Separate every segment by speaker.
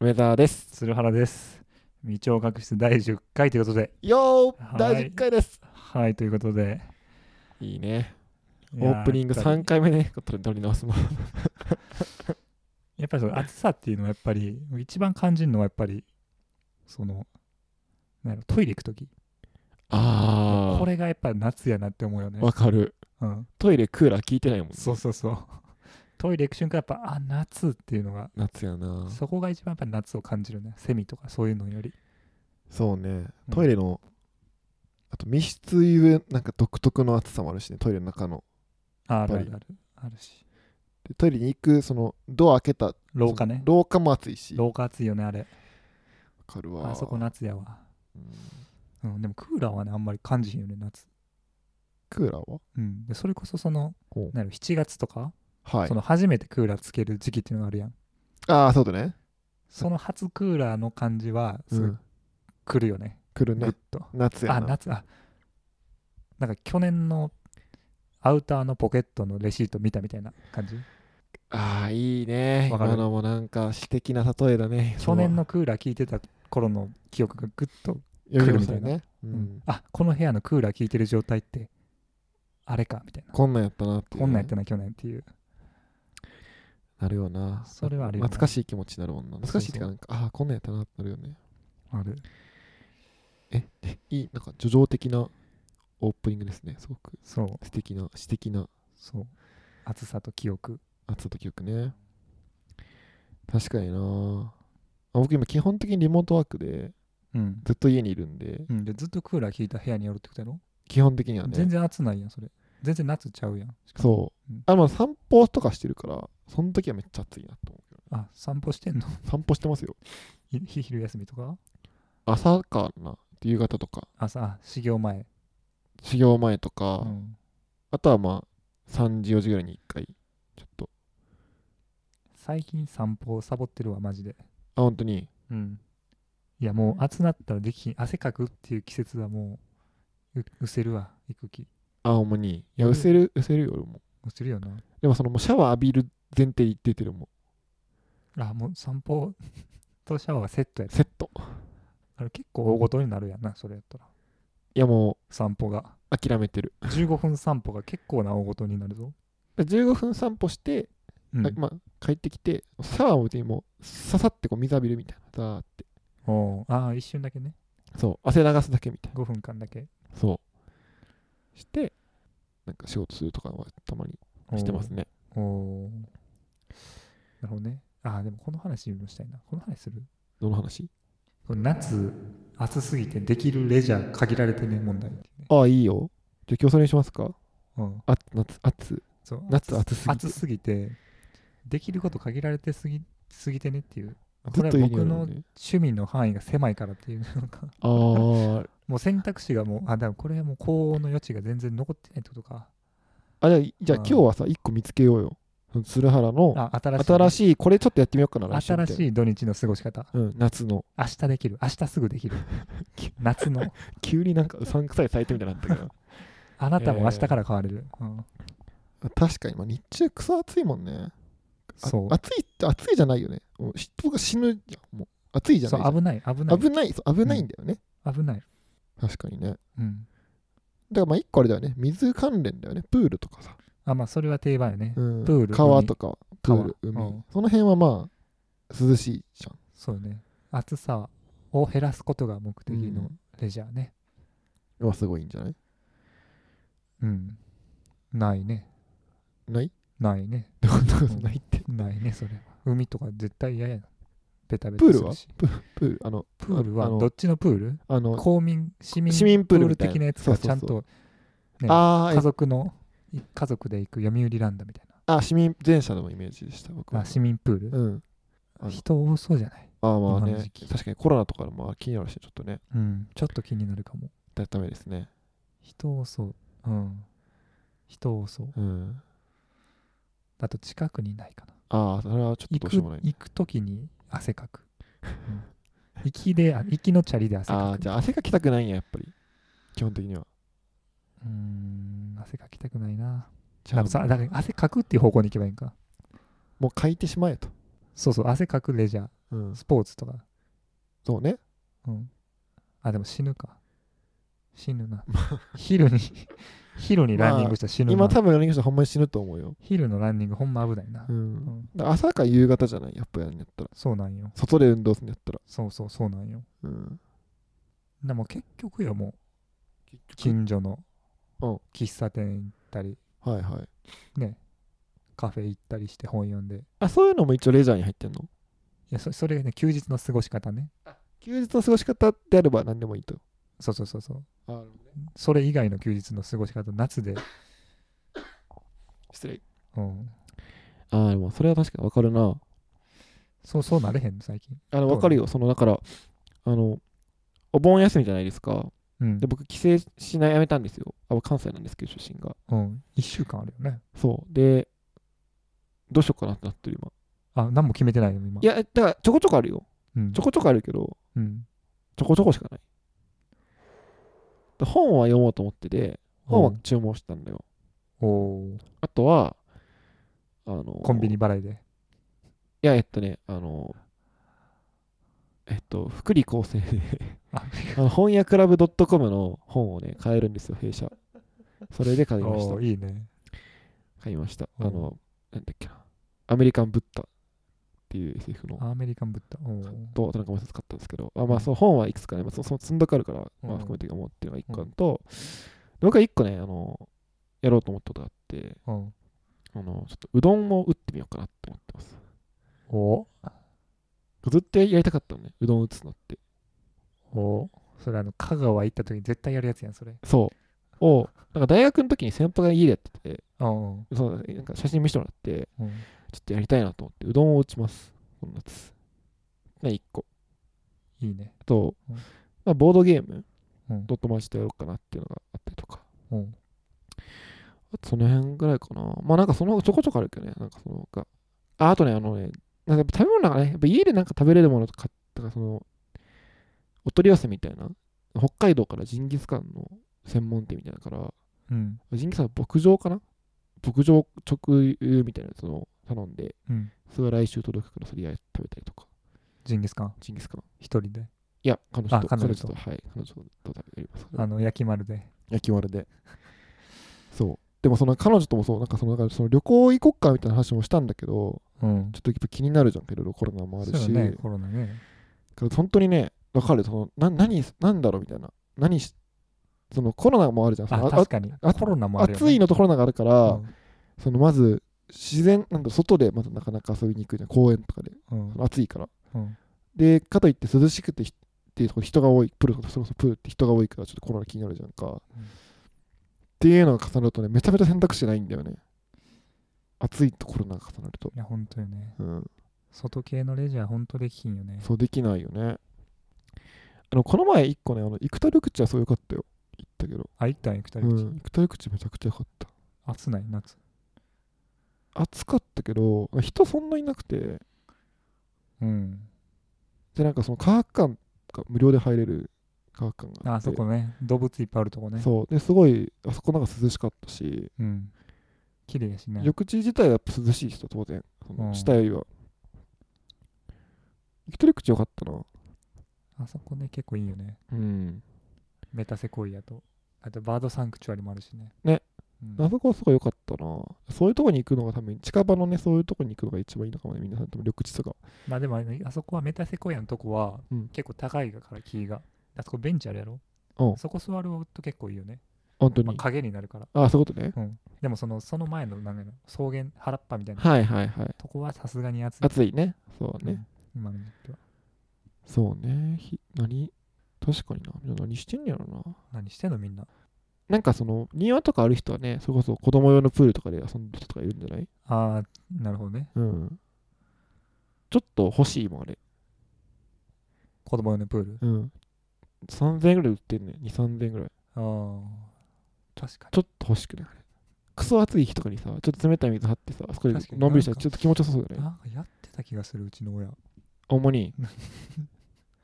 Speaker 1: 梅沢です。
Speaker 2: 鶴原です未聴覚室第10回ということで
Speaker 1: よ
Speaker 2: は
Speaker 1: ー
Speaker 2: い
Speaker 1: 第10回です。
Speaker 2: はいということで
Speaker 1: いいね。
Speaker 2: い
Speaker 1: オ
Speaker 2: や
Speaker 1: ープニング
Speaker 2: やっぱり
Speaker 1: 3回目ね、取り取り直すもん。
Speaker 2: やっぱりその暑さっていうのはやっぱり一番感じるのはやっぱりそのなんやろトイレ行く時
Speaker 1: あ
Speaker 2: これがやっぱ夏やなって思うよね
Speaker 1: ー、わかる。
Speaker 2: うん
Speaker 1: トイレクーラー効いてないもん。
Speaker 2: そうそうそうトイレ行く瞬間やっぱあ夏っていうのが
Speaker 1: 夏やな。
Speaker 2: そこが一番やっぱ夏を感じるねセミとかそういうのより
Speaker 3: そうね
Speaker 2: うん
Speaker 3: トイレの、あと密室ゆえなんか独特の暑さもあるしねトイレの中の
Speaker 2: あある
Speaker 3: や
Speaker 2: あ
Speaker 3: っぱ
Speaker 2: る
Speaker 3: り
Speaker 2: あるあるし
Speaker 3: でトイレに行くそのドア開けた
Speaker 2: 廊下ね
Speaker 3: その廊下も暑いしわ
Speaker 2: 廊下暑いよねあれ
Speaker 3: かるわ
Speaker 2: あそこ夏やわ
Speaker 3: うん
Speaker 2: うんでもクーラーはねあんまり感じひんよね夏
Speaker 3: クーラーは
Speaker 2: うん、でそれこそその
Speaker 3: ほう
Speaker 2: なんやろ7月とか、
Speaker 3: はい
Speaker 2: その初めてクーラーつける時期っていうのがあるやん
Speaker 3: ああそうだね
Speaker 2: その初クーラーの感じはす
Speaker 3: う
Speaker 2: ごい
Speaker 3: ん
Speaker 2: 来るよね、
Speaker 3: 来る
Speaker 2: ぐっ
Speaker 3: ね
Speaker 2: と、
Speaker 3: 夏や
Speaker 2: あ
Speaker 3: な
Speaker 2: 夏あなんか去年のアウターのポケットのレシート見たみたいな感じ
Speaker 1: あー、いいね。
Speaker 2: わかる
Speaker 1: 今のもなんか詩的な例えだね。
Speaker 2: 去年のクーラー聞いてた頃の記憶がぐっと、
Speaker 3: 読み
Speaker 2: 来るみたいな
Speaker 3: ね、う
Speaker 2: うん
Speaker 3: ん、
Speaker 2: あこの部屋のクーラー聞いてる状態ってあれかみたいな
Speaker 3: こんなんやったなっていうね、
Speaker 2: こんなんやったな去年っていう
Speaker 3: なるよな
Speaker 2: それはあるよな
Speaker 3: 懐かしい気持ちになるもんな
Speaker 2: そ
Speaker 3: 懐
Speaker 2: うそう
Speaker 3: かしいっていうかなんかああこんなんやったなってなるよね
Speaker 2: ある
Speaker 3: いいなんか叙情的なオープニングですねすごく
Speaker 2: そう
Speaker 3: 素敵な詩的な
Speaker 2: そう暑さと記憶
Speaker 3: 暑さと記憶ね確かになあ僕今基本的にリモートワークで
Speaker 2: うん、
Speaker 3: ずっと家にいるんで
Speaker 2: うん、でずっとクーラー効いた部屋におるってことやろ
Speaker 3: 基本的には
Speaker 2: 全
Speaker 3: ね
Speaker 2: 然暑ないやんそれ全然夏ちゃうやんしかも
Speaker 3: そう、
Speaker 2: うん
Speaker 3: あまあ散歩とかしてるからその時はめっちゃ暑いなと思うけ
Speaker 2: あ散歩してんの
Speaker 3: ど散歩してますよ
Speaker 2: ひ ひ昼休みとか
Speaker 3: 朝かな夕方とか
Speaker 2: 朝あ始業前、
Speaker 3: 修行前とか、
Speaker 2: うん、
Speaker 3: あとはまあ3時4時ぐらいに1回ちょっと
Speaker 2: 最近散歩をサボってるわマジで
Speaker 3: あ本当に
Speaker 2: うんいやもう暑なったらできひん汗かくっていう季節はもうううせるわ行く気う
Speaker 3: あほんまにいや
Speaker 2: うん
Speaker 3: うせるうせるよ俺も
Speaker 2: せるよな
Speaker 3: でもそのもうシャワー浴びる前提で言っててるもん
Speaker 2: あもう散歩 とシャワーはセットやった
Speaker 3: セット
Speaker 2: あれ結構大ごとになるやんなそれやったら
Speaker 3: いやも
Speaker 2: 散歩が
Speaker 3: う諦めてる
Speaker 2: 15分散歩が結構な大ごとになるぞ、
Speaker 3: 15分散歩して、
Speaker 2: うん
Speaker 3: あまあ、帰ってきてシャワーを別にもうささってこう水浴びるみたいなザーって
Speaker 2: おうああ一瞬だけね
Speaker 3: そう汗流すだけみたい
Speaker 2: 5分間だけ
Speaker 3: なそうしてなんか仕事するとかはたまにしてますね
Speaker 2: おおーなるほどねああでもこの話もしたいなこの話する
Speaker 3: どの話
Speaker 2: この夏暑すぎてできるレジャー限られてね問題っていうね
Speaker 3: ああいいよじゃあ今日それにしますか
Speaker 2: うん
Speaker 3: あ夏暑
Speaker 2: そう
Speaker 3: 夏暑すぎて
Speaker 2: 暑すぎてできること限られてすぎすぎてねっていうこ
Speaker 3: ず
Speaker 2: れ
Speaker 3: っ
Speaker 2: は
Speaker 3: と言う
Speaker 2: 僕
Speaker 3: よね
Speaker 2: の趣味の範囲が狭いからっていうなんか
Speaker 3: あー
Speaker 2: もう選択肢がもうあでもこれはもう高温の余地が全然残ってないってことか
Speaker 3: あじゃあじゃあ
Speaker 2: うん
Speaker 3: 今日はさ1個見つけようよその鶴原の
Speaker 2: あ新しいね、
Speaker 3: 新しいこれちょっとやってみようかな来週みた
Speaker 2: 新
Speaker 3: いな
Speaker 2: しい土日の過ごし方
Speaker 3: うん、夏の
Speaker 2: 明日できる明日すぐで きる夏の
Speaker 3: 急になんかうさんくさいサイトみたいになったけど
Speaker 2: あなたも明日から変われる、うん
Speaker 3: 確かに、まあ、日中クソ暑いもんねあ
Speaker 2: そう
Speaker 3: 暑いって暑いじゃないよねもう人が死ぬじゃんもう暑いじゃ
Speaker 2: そ
Speaker 3: な
Speaker 2: う
Speaker 3: いじゃん
Speaker 2: 危ない危ない
Speaker 3: 危ないそう危ないんだよね、
Speaker 2: 危ない、
Speaker 3: 確かにねだか
Speaker 2: うん、
Speaker 3: らまあ一個あれだよね水関連だよねプールとかさ、
Speaker 2: あまあそれは定番よね、
Speaker 3: うん
Speaker 2: プール
Speaker 3: 川
Speaker 2: 海
Speaker 3: とかプール海
Speaker 2: 川うん
Speaker 3: その辺はまあ涼しいじゃん
Speaker 2: そうね暑さを減らすことが目的
Speaker 3: う
Speaker 2: の
Speaker 3: ん
Speaker 2: レジャーね
Speaker 3: のはすごいんじゃない
Speaker 2: うん、ないね
Speaker 3: ない
Speaker 2: ないね
Speaker 3: どうどう
Speaker 2: うん
Speaker 3: ないって
Speaker 2: ないねそれは海とか絶対嫌やなベタベタ
Speaker 3: プー
Speaker 2: す
Speaker 3: ルは
Speaker 2: るし
Speaker 3: ププールあの
Speaker 2: プールは
Speaker 3: あの
Speaker 2: どっちのプール
Speaker 3: あの
Speaker 2: 公民市民
Speaker 3: 市民プールみたいな
Speaker 2: 的なやつがちゃん
Speaker 3: そうそ
Speaker 2: とね
Speaker 3: あー
Speaker 2: 家族のい家族で行く読売ランドみたい
Speaker 3: あ市民前者のイメージでした僕
Speaker 2: な
Speaker 3: は
Speaker 2: あ市民プール、
Speaker 3: うんあの
Speaker 2: 人多そうじゃない、
Speaker 3: ああまあ
Speaker 2: 今の
Speaker 3: ね
Speaker 2: 時期
Speaker 3: 確かにコロナとかも気になるしちょっとね
Speaker 2: うん、ちょっと気になるかも
Speaker 3: だダメですね
Speaker 2: 人多そううん人多そう
Speaker 3: うん
Speaker 2: あと近くにないかな
Speaker 3: ああそれはちょっとどう
Speaker 2: 行く
Speaker 3: しようもない
Speaker 2: 行く時に 汗かく、うん、行きであ行きのチャリで汗
Speaker 3: あ
Speaker 2: か
Speaker 3: あ
Speaker 2: く
Speaker 3: じゃあ汗かきたくないんややっぱり基本的には
Speaker 2: うーん汗かきたくないな
Speaker 3: じ
Speaker 2: な
Speaker 3: ゃ
Speaker 2: んかさ
Speaker 3: あ
Speaker 2: だから汗かくっていう方向に行けばいいんか
Speaker 3: もう書いてしまえと
Speaker 2: そうそう汗かくレジャー
Speaker 3: うん、
Speaker 2: スポーツとか、
Speaker 3: そうね
Speaker 2: うん、あでも死ぬか死 ぬな昼に昼にランニングしたら死ぬな、
Speaker 3: 今多分ランニングしたらほんまに死ぬと思うよ、
Speaker 2: 昼のランニングほんま危ないな、
Speaker 3: う、
Speaker 2: うんん
Speaker 3: だから朝か夕方じゃないやっぱやるんやったら
Speaker 2: そうなんよ
Speaker 3: 外で運動するんやったら、
Speaker 2: そうそうそうなんよ
Speaker 3: うん、
Speaker 2: でも結局よもう近所の
Speaker 3: うん
Speaker 2: 喫茶店行ったり
Speaker 3: はいはい
Speaker 2: ねカフェ行ったりして本読んでい
Speaker 3: あそういうのも一応レジャーに入ってんの
Speaker 2: やそそれね休日の過ごし方ね
Speaker 3: 休日の過ごし方であれば何でもいいと
Speaker 2: そうそうそうそう
Speaker 3: あ
Speaker 2: それ以外の休日の過ごし方夏で、
Speaker 3: 失礼
Speaker 2: うん、
Speaker 3: ああでもそれは確かに分かるな
Speaker 2: そうそうなれへん最近
Speaker 3: あの分かるよそのだからあのお盆休みじゃないですか
Speaker 2: うん
Speaker 3: で僕帰省しないやめたんですよあ関西なんですけど出身が
Speaker 2: うん、1週間あるよね。
Speaker 3: そうでどうしようかなってなってる今
Speaker 2: あ、何も決めてないよ、今。
Speaker 3: いやだからちょこちょこあるよ
Speaker 2: うん、
Speaker 3: ちょこちょこあるけど
Speaker 2: うん、
Speaker 3: ちょこちょこしかないで本は読もうと思ってて本は
Speaker 2: うん
Speaker 3: 注文したんだよ
Speaker 2: おー
Speaker 3: あとはあの
Speaker 2: コンビニ払いで。
Speaker 3: いやえっとねあのえっと福利厚生で
Speaker 2: あ、
Speaker 3: あの本屋クラブ .com の本をね、買えるんですよ、弊社。それで買いました
Speaker 2: おー。いいね。
Speaker 3: 買いました。あ
Speaker 2: うん
Speaker 3: の、なんだっけな。アメリカンブッダっていう SF の。
Speaker 2: アメリカンブッダ。おー
Speaker 3: と田中も一つ買ったんですけど、あまあ、その本はいくつかね、まあ、そその積んどくあるから、ま
Speaker 2: う
Speaker 3: あ、
Speaker 2: ん
Speaker 3: 含めて思ってるのが1個と、僕は1個ね、あの、やろうと思ったことがあって、
Speaker 2: うん、
Speaker 3: あの、ちょっとうどんを打ってみようかなって思ってます。
Speaker 2: お
Speaker 3: ずっとやりたかったのね、うどん打つのって。
Speaker 2: おそれあの、香川行った時に絶対やるやつやん、それ。
Speaker 3: そう。を、なんか大学の時に先輩が家でやってて、
Speaker 2: うん、うん。
Speaker 3: そうなんか写真見せてもらって、
Speaker 2: うん
Speaker 3: ちょっとやりたいなと思って、うどんを打ちます。この夏。ね、1個。
Speaker 2: いいね。
Speaker 3: あと、
Speaker 2: うん
Speaker 3: まあ、ボードゲーム
Speaker 2: うん、
Speaker 3: と友達とやろうかなっていうのがあったりとか。
Speaker 2: うん、
Speaker 3: あと、その辺ぐらいかな。まあ、なんかそのちょこちょこあるけどね。なんかそのが。あ、あとね、あのね、なんかやっぱ食べ物がね、やっぱ家でなんか食べれるものとか、とかその、お取り寄せみたいな。北海道からジンギスカンの専門店みたいなから、
Speaker 2: うん、
Speaker 3: ジンギスカン牧場かな牧場直輸みたいなやつを頼んで、
Speaker 2: うん。
Speaker 3: それが来週届くからそれや食べたりとか、
Speaker 2: ジンギスカン、
Speaker 3: ジンギスカン。
Speaker 2: 一人で。
Speaker 3: いや、彼女と。
Speaker 2: あ彼女と
Speaker 3: はい、彼女と食べやります。
Speaker 2: あの、焼き丸で。
Speaker 3: 焼き割れで。そう。でもその彼女ともそう、なんかそのなんかその旅行行こっかみたいな話もしたんだけど、
Speaker 2: うん
Speaker 3: ちょ。っとやっぱ気になるじゃん、いろいろコロナもある
Speaker 2: そう
Speaker 3: し、
Speaker 2: よね、コロナね。
Speaker 3: だから本当にね、わかる、そのな何なんだろうみたいな、何し、そのコロナもあるじゃん、そ
Speaker 2: あ、
Speaker 3: のあ
Speaker 2: 確かに。
Speaker 3: あ
Speaker 2: コロナもあるよ、ね。
Speaker 3: 暑いのとコロナがあるから、
Speaker 2: うん
Speaker 3: そのまず自然、なんだろう外でまずなかなか遊びに行くじゃん、公園とかで、
Speaker 2: うん。
Speaker 3: 暑いから。
Speaker 2: うん。
Speaker 3: で、かといって涼しくてひっていうとこ人が多い、プールとかそれこそプールって人が多いからちょっとコロナ気になるじゃんか。っていうのが重なるとね、めちゃめちゃ選択肢ないんだよね。暑いとコロナが重なると。
Speaker 2: いや、本当よね。
Speaker 3: うん。
Speaker 2: 外系のレジャー、本当できひんよね。
Speaker 3: そうできないよね。あの、この前一個ね、あの、生田緑地はそうよかったよ。行ったけど。
Speaker 2: あ、行ったんよ、二人
Speaker 3: う
Speaker 2: で。
Speaker 3: ん。生田緑地めちゃくちゃよかった。
Speaker 2: 暑ない夏
Speaker 3: 暑かったけど、人そんないなくて、
Speaker 2: うん
Speaker 3: で、なんかその科学館が無料で入れる科学館があ
Speaker 2: あ
Speaker 3: って。
Speaker 2: そこね動物いっぱいあるとこね
Speaker 3: そう。で、すごい、あそこなんか涼しかったし、
Speaker 2: うん綺麗やしね
Speaker 3: 緑地自体はやっぱ涼しい人当然そうの
Speaker 2: ん
Speaker 3: 下よりは、一人口よかったな
Speaker 2: あそこね結構いいよね
Speaker 3: うん
Speaker 2: メタセコイアとあとバードサンクチュアリもあるしね
Speaker 3: ね、
Speaker 2: うん
Speaker 3: あそこはすごい良かったなそういうとこに行くのが多分近場のねそういうとこに行くのが一番いいのかもね皆さんとも緑地とか
Speaker 2: まあでもあれねあそこはメタセコイアのとこは
Speaker 3: うん
Speaker 2: 結構高いから木があそこベンチあるやろ
Speaker 3: うん
Speaker 2: そこ座ると結構いいよね、
Speaker 3: 本当
Speaker 2: まあ、
Speaker 3: に、
Speaker 2: 影になるから
Speaker 3: あ、そういうことね
Speaker 2: でもそのその前のなんかの草原原っぱみたいな
Speaker 3: はいはいはい
Speaker 2: とこはさすがに暑い
Speaker 3: 暑いねそうね、
Speaker 2: うん今の時期は
Speaker 3: そうねひ何確かになみんな何してんねやろな
Speaker 2: 何してんのみんな
Speaker 3: なんかその庭とかある人はねそれこそ子供用のプールとかで遊んでる人とかいるんじゃない
Speaker 2: ああなるほどね
Speaker 3: うんちょっと欲しいもんあれ
Speaker 2: 子供用のプール
Speaker 3: うん。3000円ぐらい売ってんね。2、3000円ぐらい。
Speaker 2: ああ、確か
Speaker 3: ちょっと欲しくないあれクソ暑い日とかにさ、ちょっと冷たい水張ってさ、あそこで
Speaker 2: 確かに
Speaker 3: のんびりしたら
Speaker 2: なんか
Speaker 3: ちょっと気持ちよさそうだ
Speaker 2: に。
Speaker 3: よね。
Speaker 2: なんかやってた気がする、うちの親。
Speaker 3: 主に。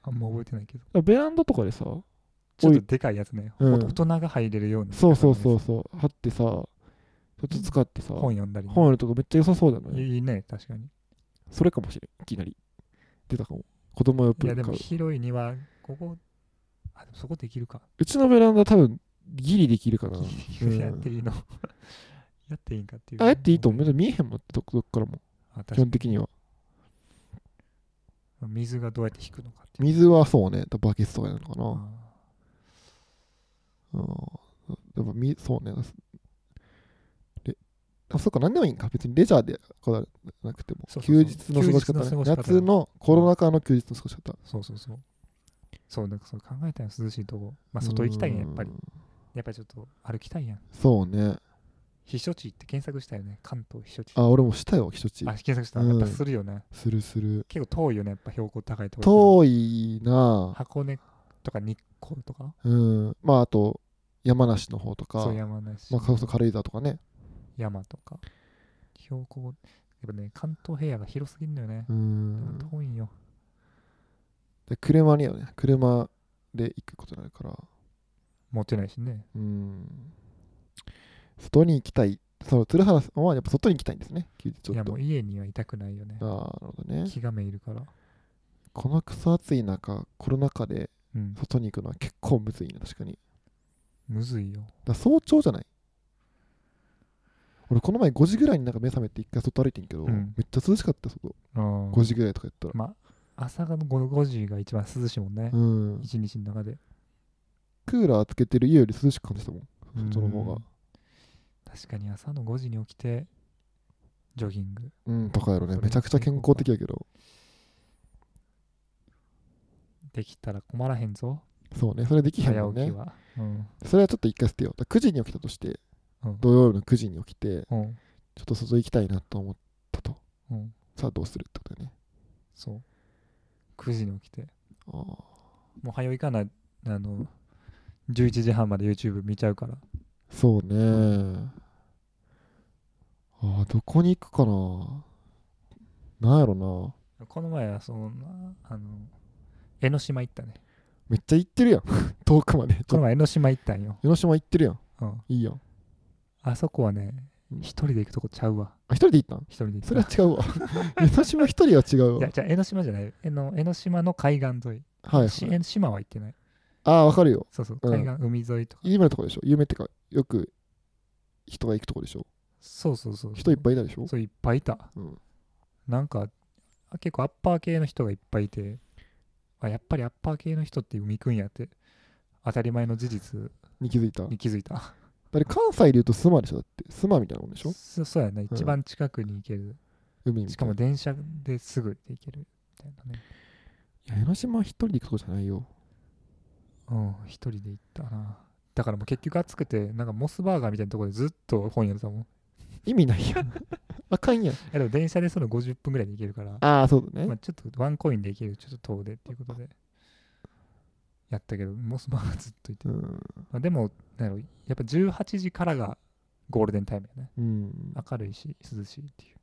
Speaker 2: あんま覚えてないけど。
Speaker 3: ベランダとかでさ、
Speaker 2: ちょっとでかいやつね。
Speaker 3: うん
Speaker 2: お大人が入れるような。
Speaker 3: そうそうそうそう、張ってさ、ちょっと使ってさ、
Speaker 2: 本読んだりね、
Speaker 3: 本やるとかめっちゃ良さそうだよね。
Speaker 2: いいね、確かに。
Speaker 3: それかもしれん、いきなり。ってたかも子供用プー
Speaker 2: いやで
Speaker 3: ル買
Speaker 2: も
Speaker 3: う
Speaker 2: 広い庭ここあでもそこできるか
Speaker 3: うちのベランダ多分ギリできるかなうん
Speaker 2: やっていいの やっていいんかっていう
Speaker 3: あやっていいと思う見えへんもんどどっからも
Speaker 2: あ
Speaker 3: 基
Speaker 2: 確か
Speaker 3: 本的には
Speaker 2: に水がどうやって引くのかっていう
Speaker 3: 水はそうねバケツとかなのかな、
Speaker 2: あ
Speaker 3: うん。でもみ、そうね。であそっか、何でもいいんか。別にレジャーでこだわらなくても。
Speaker 2: そうそ
Speaker 3: 休
Speaker 2: うそう
Speaker 3: 日の過ごし方ね
Speaker 2: 休日の過ごし方
Speaker 3: 夏のコロナ禍の休日の過ごし方。
Speaker 2: ーそうそうそうそうなんかそう考えたら涼しいとこまあ外行きたいやんやっぱり
Speaker 3: うん。
Speaker 2: やっぱりちょっと歩きたいやん
Speaker 3: そうね。
Speaker 2: 避暑地って検索したよね関東避暑地あ
Speaker 3: あ、俺もしたよ、避暑地。
Speaker 2: 検索した
Speaker 3: うん
Speaker 2: やっぱするよね
Speaker 3: するする。
Speaker 2: 結構遠いよねやっぱ標高高いところ
Speaker 3: 遠いなあ
Speaker 2: 箱根とか日光とか
Speaker 3: うん。まあ、あと、山梨の方とか
Speaker 2: そう、山梨
Speaker 3: まあ、それこそ軽井沢とかね。
Speaker 2: 山とか標高やっぱね関東平野が広すぎるのよね
Speaker 3: う、ん。
Speaker 2: 遠いんよ
Speaker 3: で車にはね、車で行くことになるから。
Speaker 2: 持ってないしね
Speaker 3: うん外に行きたい。その鶴原さんはやっぱ外に行きたいんですね。休日ち
Speaker 2: い
Speaker 3: ょ
Speaker 2: や
Speaker 3: っと。
Speaker 2: も
Speaker 3: あ
Speaker 2: う家にはいたくないよね
Speaker 3: あー、なるほどね。
Speaker 2: 気がめいるから
Speaker 3: このクソ暑い中、コロナ禍で
Speaker 2: うん
Speaker 3: 外に行くのは結構むずいね、確かに。
Speaker 2: むずいよ
Speaker 3: だから早朝じゃない俺、この前5時ぐらいになんか目覚めて一回外歩いてんけど、
Speaker 2: うん
Speaker 3: めっちゃ涼しかった、外。
Speaker 2: うん
Speaker 3: 5時ぐらいとかやったら。
Speaker 2: まあ朝の 5, 5時が一番涼しいもんね
Speaker 3: うん。
Speaker 2: 一、日の中で
Speaker 3: クーラーつけてる家より涼しく感じたも
Speaker 2: うん
Speaker 3: ん、外の方が。
Speaker 2: 確かに朝の5時に起きてジョギング
Speaker 3: うん、とかやろね。
Speaker 2: それ
Speaker 3: めちゃくちゃ健康的やけど。
Speaker 2: できたら困らへんぞ
Speaker 3: そうね、それできへん
Speaker 2: 早
Speaker 3: もん
Speaker 2: 起き
Speaker 3: ね。
Speaker 2: は、うん
Speaker 3: それはちょっと一回捨てよう。だから9時に起きたとして、
Speaker 2: うん
Speaker 3: 土曜日の9時に起きて、
Speaker 2: うん
Speaker 3: ちょっと外行きたいなと思ったと。
Speaker 2: うん
Speaker 3: さあどうするってことだよね。
Speaker 2: そう9時に起きて
Speaker 3: あ
Speaker 2: もう早いかなあの11時半まで YouTube 見ちゃうから
Speaker 3: あそうね。ああ、どこに行くかな。なんやろな。
Speaker 2: この前はそのあの江ノ島行ったね
Speaker 3: めっちゃ行ってるやん。 遠くまで。
Speaker 2: この前江ノ島行ったんよ、
Speaker 3: 江ノ島行ってるやん。
Speaker 2: うん、
Speaker 3: いいやん。
Speaker 2: あそこはね
Speaker 3: うん
Speaker 2: 一人で行くとこちゃうわ
Speaker 3: あ、一人で行ったん
Speaker 2: 一人で行
Speaker 3: そ
Speaker 2: く
Speaker 3: れは違 うわ。江ノ島一人は違う
Speaker 2: い
Speaker 3: わ
Speaker 2: や。じゃあ江ノ島じゃない江ノ江ノ島の海岸沿い、
Speaker 3: はい、
Speaker 2: し
Speaker 3: はい。
Speaker 2: 江ノ島は行ってない
Speaker 3: ああ、わかるよ。
Speaker 2: そうそう
Speaker 3: うん
Speaker 2: 海岸、海沿いとか
Speaker 3: 有名なとこでしょ。有名ってか、よく人が行くとこでしょ。
Speaker 2: そうそうそう
Speaker 3: 人いっぱ
Speaker 2: い
Speaker 3: いいたでしょ。
Speaker 2: そういっぱいいた
Speaker 3: うん。
Speaker 2: なんかあ結構アッパー系の人がいっぱいいてあやっぱりアッパー系の人って海行くんやって当たり前の事実
Speaker 3: に気づいた。
Speaker 2: に気づいた
Speaker 3: だって関西で言うとスマでしょだってスマみたいなもんでしょ
Speaker 2: そそうやね
Speaker 3: ん
Speaker 2: 一番近くに行ける、
Speaker 3: 海みたいな
Speaker 2: しかも電車ですぐで行けるみたいなね
Speaker 3: いや江ノ島一人で行くとこじゃない よ
Speaker 2: うん一人で行ったなだからもう結局暑くてなんかモスバーガーみたいなところでずっと本やってたもんい
Speaker 3: 意味ない やんあかんやん
Speaker 2: やでも電車でその50分ぐらいで行けるから
Speaker 3: ああそうだね、
Speaker 2: まあ、ちょっとワンコインで行けるちょっと遠出っていうことでやったけどモスバーガーずっと行って
Speaker 3: うん、
Speaker 2: まあ、でもなんやろやっぱ18時からがゴールデンタイムやね
Speaker 3: うん、
Speaker 2: 明るいし涼しいっていう、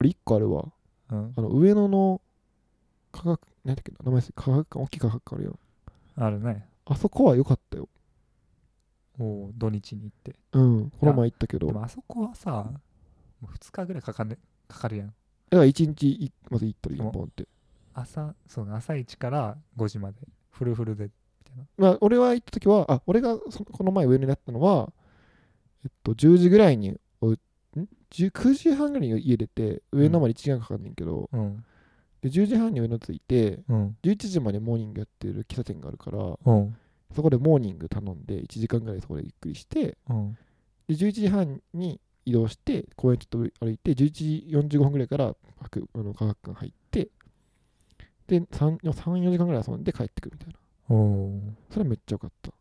Speaker 3: 俺一個あるわ
Speaker 2: うん、
Speaker 3: あの上野の科学何だっけな名前す科学館大きい科学館あるよ
Speaker 2: あるね
Speaker 3: あそこは良かったよ
Speaker 2: お土日に行って
Speaker 3: うんこの前行ったけど
Speaker 2: で
Speaker 3: だか
Speaker 2: もあそこはさもう2日ぐらいかか,、ね、かかるやん
Speaker 3: ら一日いまず行ったり
Speaker 2: でも
Speaker 3: 一本って
Speaker 2: 朝そうね朝1から5時までフルフルで
Speaker 3: まあ俺は行った時はあ俺がそこの前上野にあったのはえっと10時ぐらいにおん9時半ぐらいに家出て上野まで1時間かかんねんけど、
Speaker 2: うん
Speaker 3: で10時半に上野着いて
Speaker 2: うん
Speaker 3: 11時までモーニングやってる喫茶店があるから
Speaker 2: うん
Speaker 3: そこでモーニング頼んで1時間ぐらいそこでゆっくりして
Speaker 2: うん
Speaker 3: で11時半に移動して公園ちょっと歩いて11時45分ぐらいから博あの科学館入ってで34時間ぐらい遊んで帰ってくるみたいな
Speaker 2: お
Speaker 3: それめっちゃ良かっただか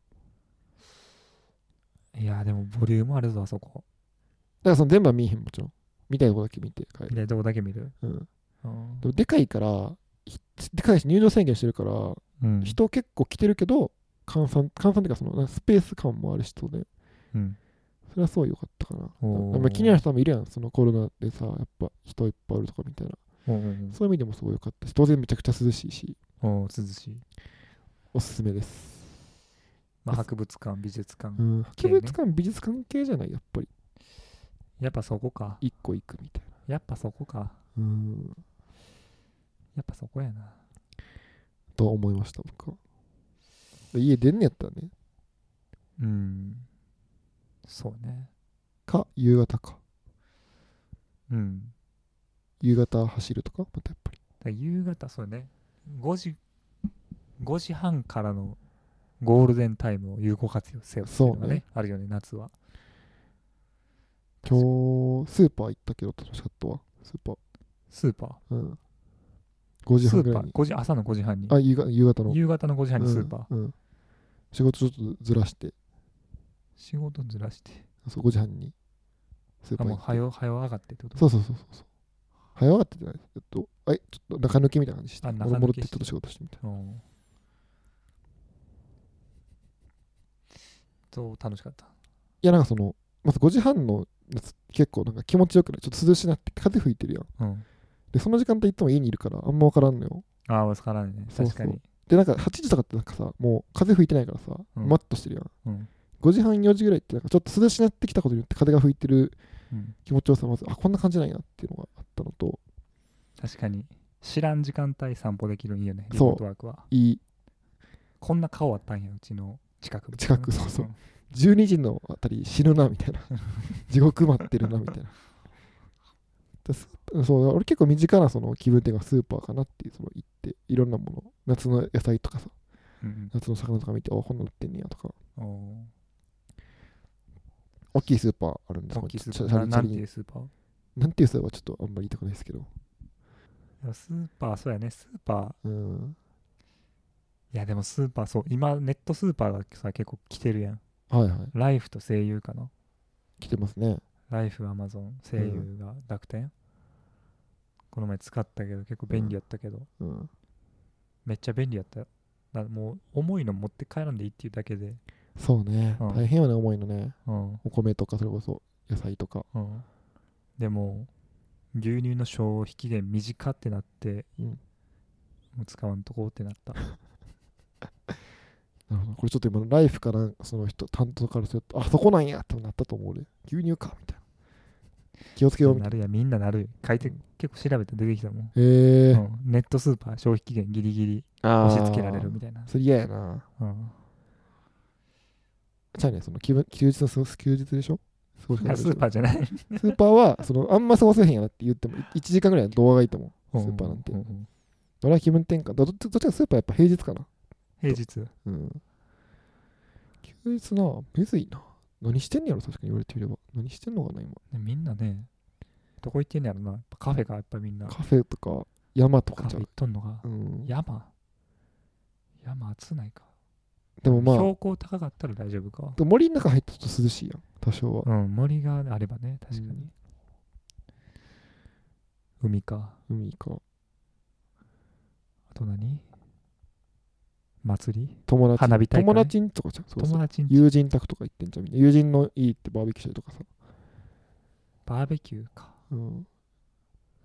Speaker 2: いやでもボリュームあるぞあそこ
Speaker 3: らその全部は見えへんもちろん見たいとこだけ見て帰
Speaker 2: み
Speaker 3: る、
Speaker 2: たいなとこだけ見る
Speaker 3: うん、
Speaker 2: うん
Speaker 3: でもでかいからひでかいし入場制限してるから
Speaker 2: うん
Speaker 3: 人結構来てるけど閑散閑散っていうかそのなんかスペース感もあるしそうで
Speaker 2: うん
Speaker 3: それはそう良かったかな。
Speaker 2: おー
Speaker 3: でも気になる人もいるやん、そのコロナでさ、やっぱ人いっぱいあるとかみたいな。
Speaker 2: うんうん
Speaker 3: そういう意味でもすごい良かったし、当然めちゃくちゃ涼しいし、
Speaker 2: うんおー涼しい、
Speaker 3: おすすめです。
Speaker 2: まあ、博物館美術館、
Speaker 3: うん、
Speaker 2: 系
Speaker 3: 博
Speaker 2: ね
Speaker 3: 物館、美術関係じゃない、やっぱり。
Speaker 2: やっぱそこか
Speaker 3: 一個行くみたい
Speaker 2: やっぱそこか
Speaker 3: な。うん。
Speaker 2: やっぱそこやな。
Speaker 3: と思いました僕は家出んねやったらね
Speaker 2: うん。そうね。
Speaker 3: か夕方か
Speaker 2: うん。
Speaker 3: 夕方走るとかまたやっぱり
Speaker 2: だから夕方、そうね。5時、5時半からのゴールデンタイムを有効活用せよっていうのが
Speaker 3: そうね
Speaker 2: ね、あるよね、夏は。
Speaker 3: 今日スーパー行ったけど楽しかったわスーパー
Speaker 2: スーパ
Speaker 3: うん5
Speaker 2: ー。
Speaker 3: 時
Speaker 2: ス
Speaker 3: 半ぐ
Speaker 2: ー
Speaker 3: らい
Speaker 2: パー、
Speaker 3: に
Speaker 2: 5時、朝の5時半に。
Speaker 3: あ夕方夕方の
Speaker 2: 夕方の5時半にスーパー。
Speaker 3: うんうん仕事ちょっとずらして
Speaker 2: 仕事ずらして。
Speaker 3: そう5時半にスーパ
Speaker 2: あ、
Speaker 3: ー行っ
Speaker 2: もう
Speaker 3: て
Speaker 2: 早う、早う上がってってこと
Speaker 3: そうそうそうそうそう早かったじゃないですえっとあいちょっと中抜きみたいな感じして
Speaker 2: あ
Speaker 3: 俺
Speaker 2: 中抜き
Speaker 3: 戻って
Speaker 2: して
Speaker 3: ちょっと仕事してみたい
Speaker 2: うん。どう楽しかった
Speaker 3: いやなんかそのまず5時半のやつ結構なんか気持ちよくないちょっと涼しなって風吹いてるやん
Speaker 2: うん。
Speaker 3: でその時間帯いつも家にいるからあんま分からんのよ
Speaker 2: ああ、わからんね。
Speaker 3: そうそう
Speaker 2: 確かに。
Speaker 3: でなんか8時とかってなんかさもう風吹いてないからさ、
Speaker 2: うん
Speaker 3: マッとしてるやん
Speaker 2: うん。
Speaker 3: 5時半4時ぐらいってなんかちょっと涼しなってきたことによって風が吹いてる
Speaker 2: うん。
Speaker 3: 気持ちよさまずあこんな感じなんやっていうのがあったのと
Speaker 2: 確かに。知らん時間帯散歩できるんいいよね、リ
Speaker 3: そう
Speaker 2: モートワークは。
Speaker 3: いい
Speaker 2: こんな顔あったんや、うちの近くみたいな。。
Speaker 3: 近くそうそうん12時のあたり死ぬなみ たいな地獄待ってるなみたいなだスそう俺結構身近なその気分転換がスーパーかなっていうその行っていろんなもの夏の野菜とかさ
Speaker 2: うん
Speaker 3: 夏の魚とか見てあこんなの売ってんねやとか
Speaker 2: うん。お
Speaker 3: 大きいスーパーあるんで
Speaker 2: ー大きいスーパ
Speaker 3: チャ
Speaker 2: ー。な
Speaker 3: リチ
Speaker 2: なんて
Speaker 3: ャ
Speaker 2: い
Speaker 3: リ
Speaker 2: うスーパー
Speaker 3: なんていうスーパーはちょっとあんまり言いたくないですけど
Speaker 2: でもスーパー、そうやね、スーパ
Speaker 3: う
Speaker 2: ー。
Speaker 3: ん
Speaker 2: いや、でもスーパー、そう。今、ネットスーパーがさ、結構来てるやん。
Speaker 3: はいはい
Speaker 2: ライフと声優かな。
Speaker 3: 来てますね
Speaker 2: ライフ、アマゾン、声優が楽天、この前使ったけど、結構便利やったけど、
Speaker 3: うん
Speaker 2: めっちゃ便利やった。だもう、重いの持って帰らんでいいっていうだけで、
Speaker 3: そうね、
Speaker 2: うん
Speaker 3: 大変よね重いのね
Speaker 2: うん、
Speaker 3: お米とかそれこそ野菜とか
Speaker 2: うん。でも、牛乳の消費期限短ってなって、
Speaker 3: うん
Speaker 2: もう使わんとこうってなった。
Speaker 3: なるほどこれちょっと今ライフからその人担当からするとあそこなんやってなったと思う俺牛乳かみたいな気をつけようみた
Speaker 2: ないるや、みんななるよ。書いて
Speaker 3: うん、
Speaker 2: 結構調べて出てきたもん。
Speaker 3: なへえ
Speaker 2: うん、ネットスーパー消費期限ギリギリ押し付けられるみたいな。
Speaker 3: それ嫌やな
Speaker 2: うん、
Speaker 3: じゃあねその気分休日の過ごす休日でしょ過ごし
Speaker 2: いや スーパー
Speaker 3: ー
Speaker 2: じゃない。
Speaker 3: スーパーはそのあんま過ごせへんやなって言っても1時間ぐらいの動画がいいと思うスーパーなんて
Speaker 2: ううう
Speaker 3: 俺は気分転換どどっちどっちかスーパーやっぱ平日かな
Speaker 2: 平日。
Speaker 3: うん休日なむずいな何してんねやろ確かに言われてみれば何してんのかな今
Speaker 2: ねみんなね、どこ行ってんのやろな。やっぱカフェか、やっぱみんな。
Speaker 3: カフェとか山と
Speaker 2: カ
Speaker 3: か
Speaker 2: フ
Speaker 3: じ
Speaker 2: ェ
Speaker 3: ゃ
Speaker 2: 行
Speaker 3: ん
Speaker 2: っとんのが。
Speaker 3: うん
Speaker 2: 山山暑ないか。
Speaker 3: でもまあ
Speaker 2: 標高高かったら大丈夫か。
Speaker 3: でも森の中入ってちょっと涼しいやん多少は
Speaker 2: うん、森があればね、確かに。
Speaker 3: うん
Speaker 2: 海か。
Speaker 3: 海か
Speaker 2: あと何祭り
Speaker 3: 友達
Speaker 2: 花火大会
Speaker 3: 友達んとかじゃんそうそう
Speaker 2: 友達に
Speaker 3: 友人宅とか行ってんじゃんみんな友人のいいってバーベキューしたりとかさ、
Speaker 2: バーベキューか。
Speaker 3: うん、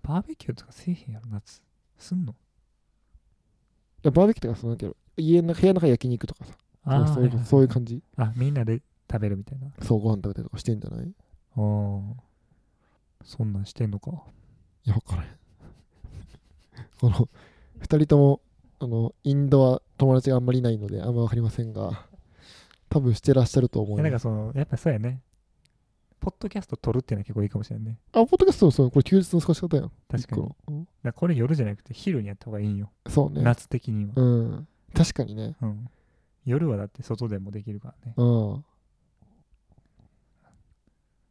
Speaker 2: バーベキューとかせえへんやろ、夏。すんの
Speaker 3: いやバーベキューとかそのなんていうの家の部屋の中焼肉とかさ
Speaker 2: あー
Speaker 3: そういう
Speaker 2: はいはいはい
Speaker 3: そういう感じ
Speaker 2: あ、みんなで食べるみたいな。
Speaker 3: そうご飯食べたりとかしてんじゃないい
Speaker 2: あーそんなんしてんのか。
Speaker 3: や分からへん この2人ともあのインドは友達があんまりいないのであんま分かりませんが多分してらっしゃると思
Speaker 2: い
Speaker 3: い
Speaker 2: やなん
Speaker 3: ま
Speaker 2: か
Speaker 3: す
Speaker 2: その、やっぱそうやね。ポッドキャスト撮るっていうのは結構いいかもしれないね。
Speaker 3: あポッドキャストそうこれ休日の過ごし方やん
Speaker 2: 確かに。
Speaker 3: 一
Speaker 2: だ
Speaker 3: 個
Speaker 2: か
Speaker 3: の
Speaker 2: らこれ夜じゃなくて昼にやった方がいいんよ。
Speaker 3: うんそうね
Speaker 2: 夏的には、
Speaker 3: うん確かにね
Speaker 2: うん夜はだって外でもできるからね。
Speaker 3: うん。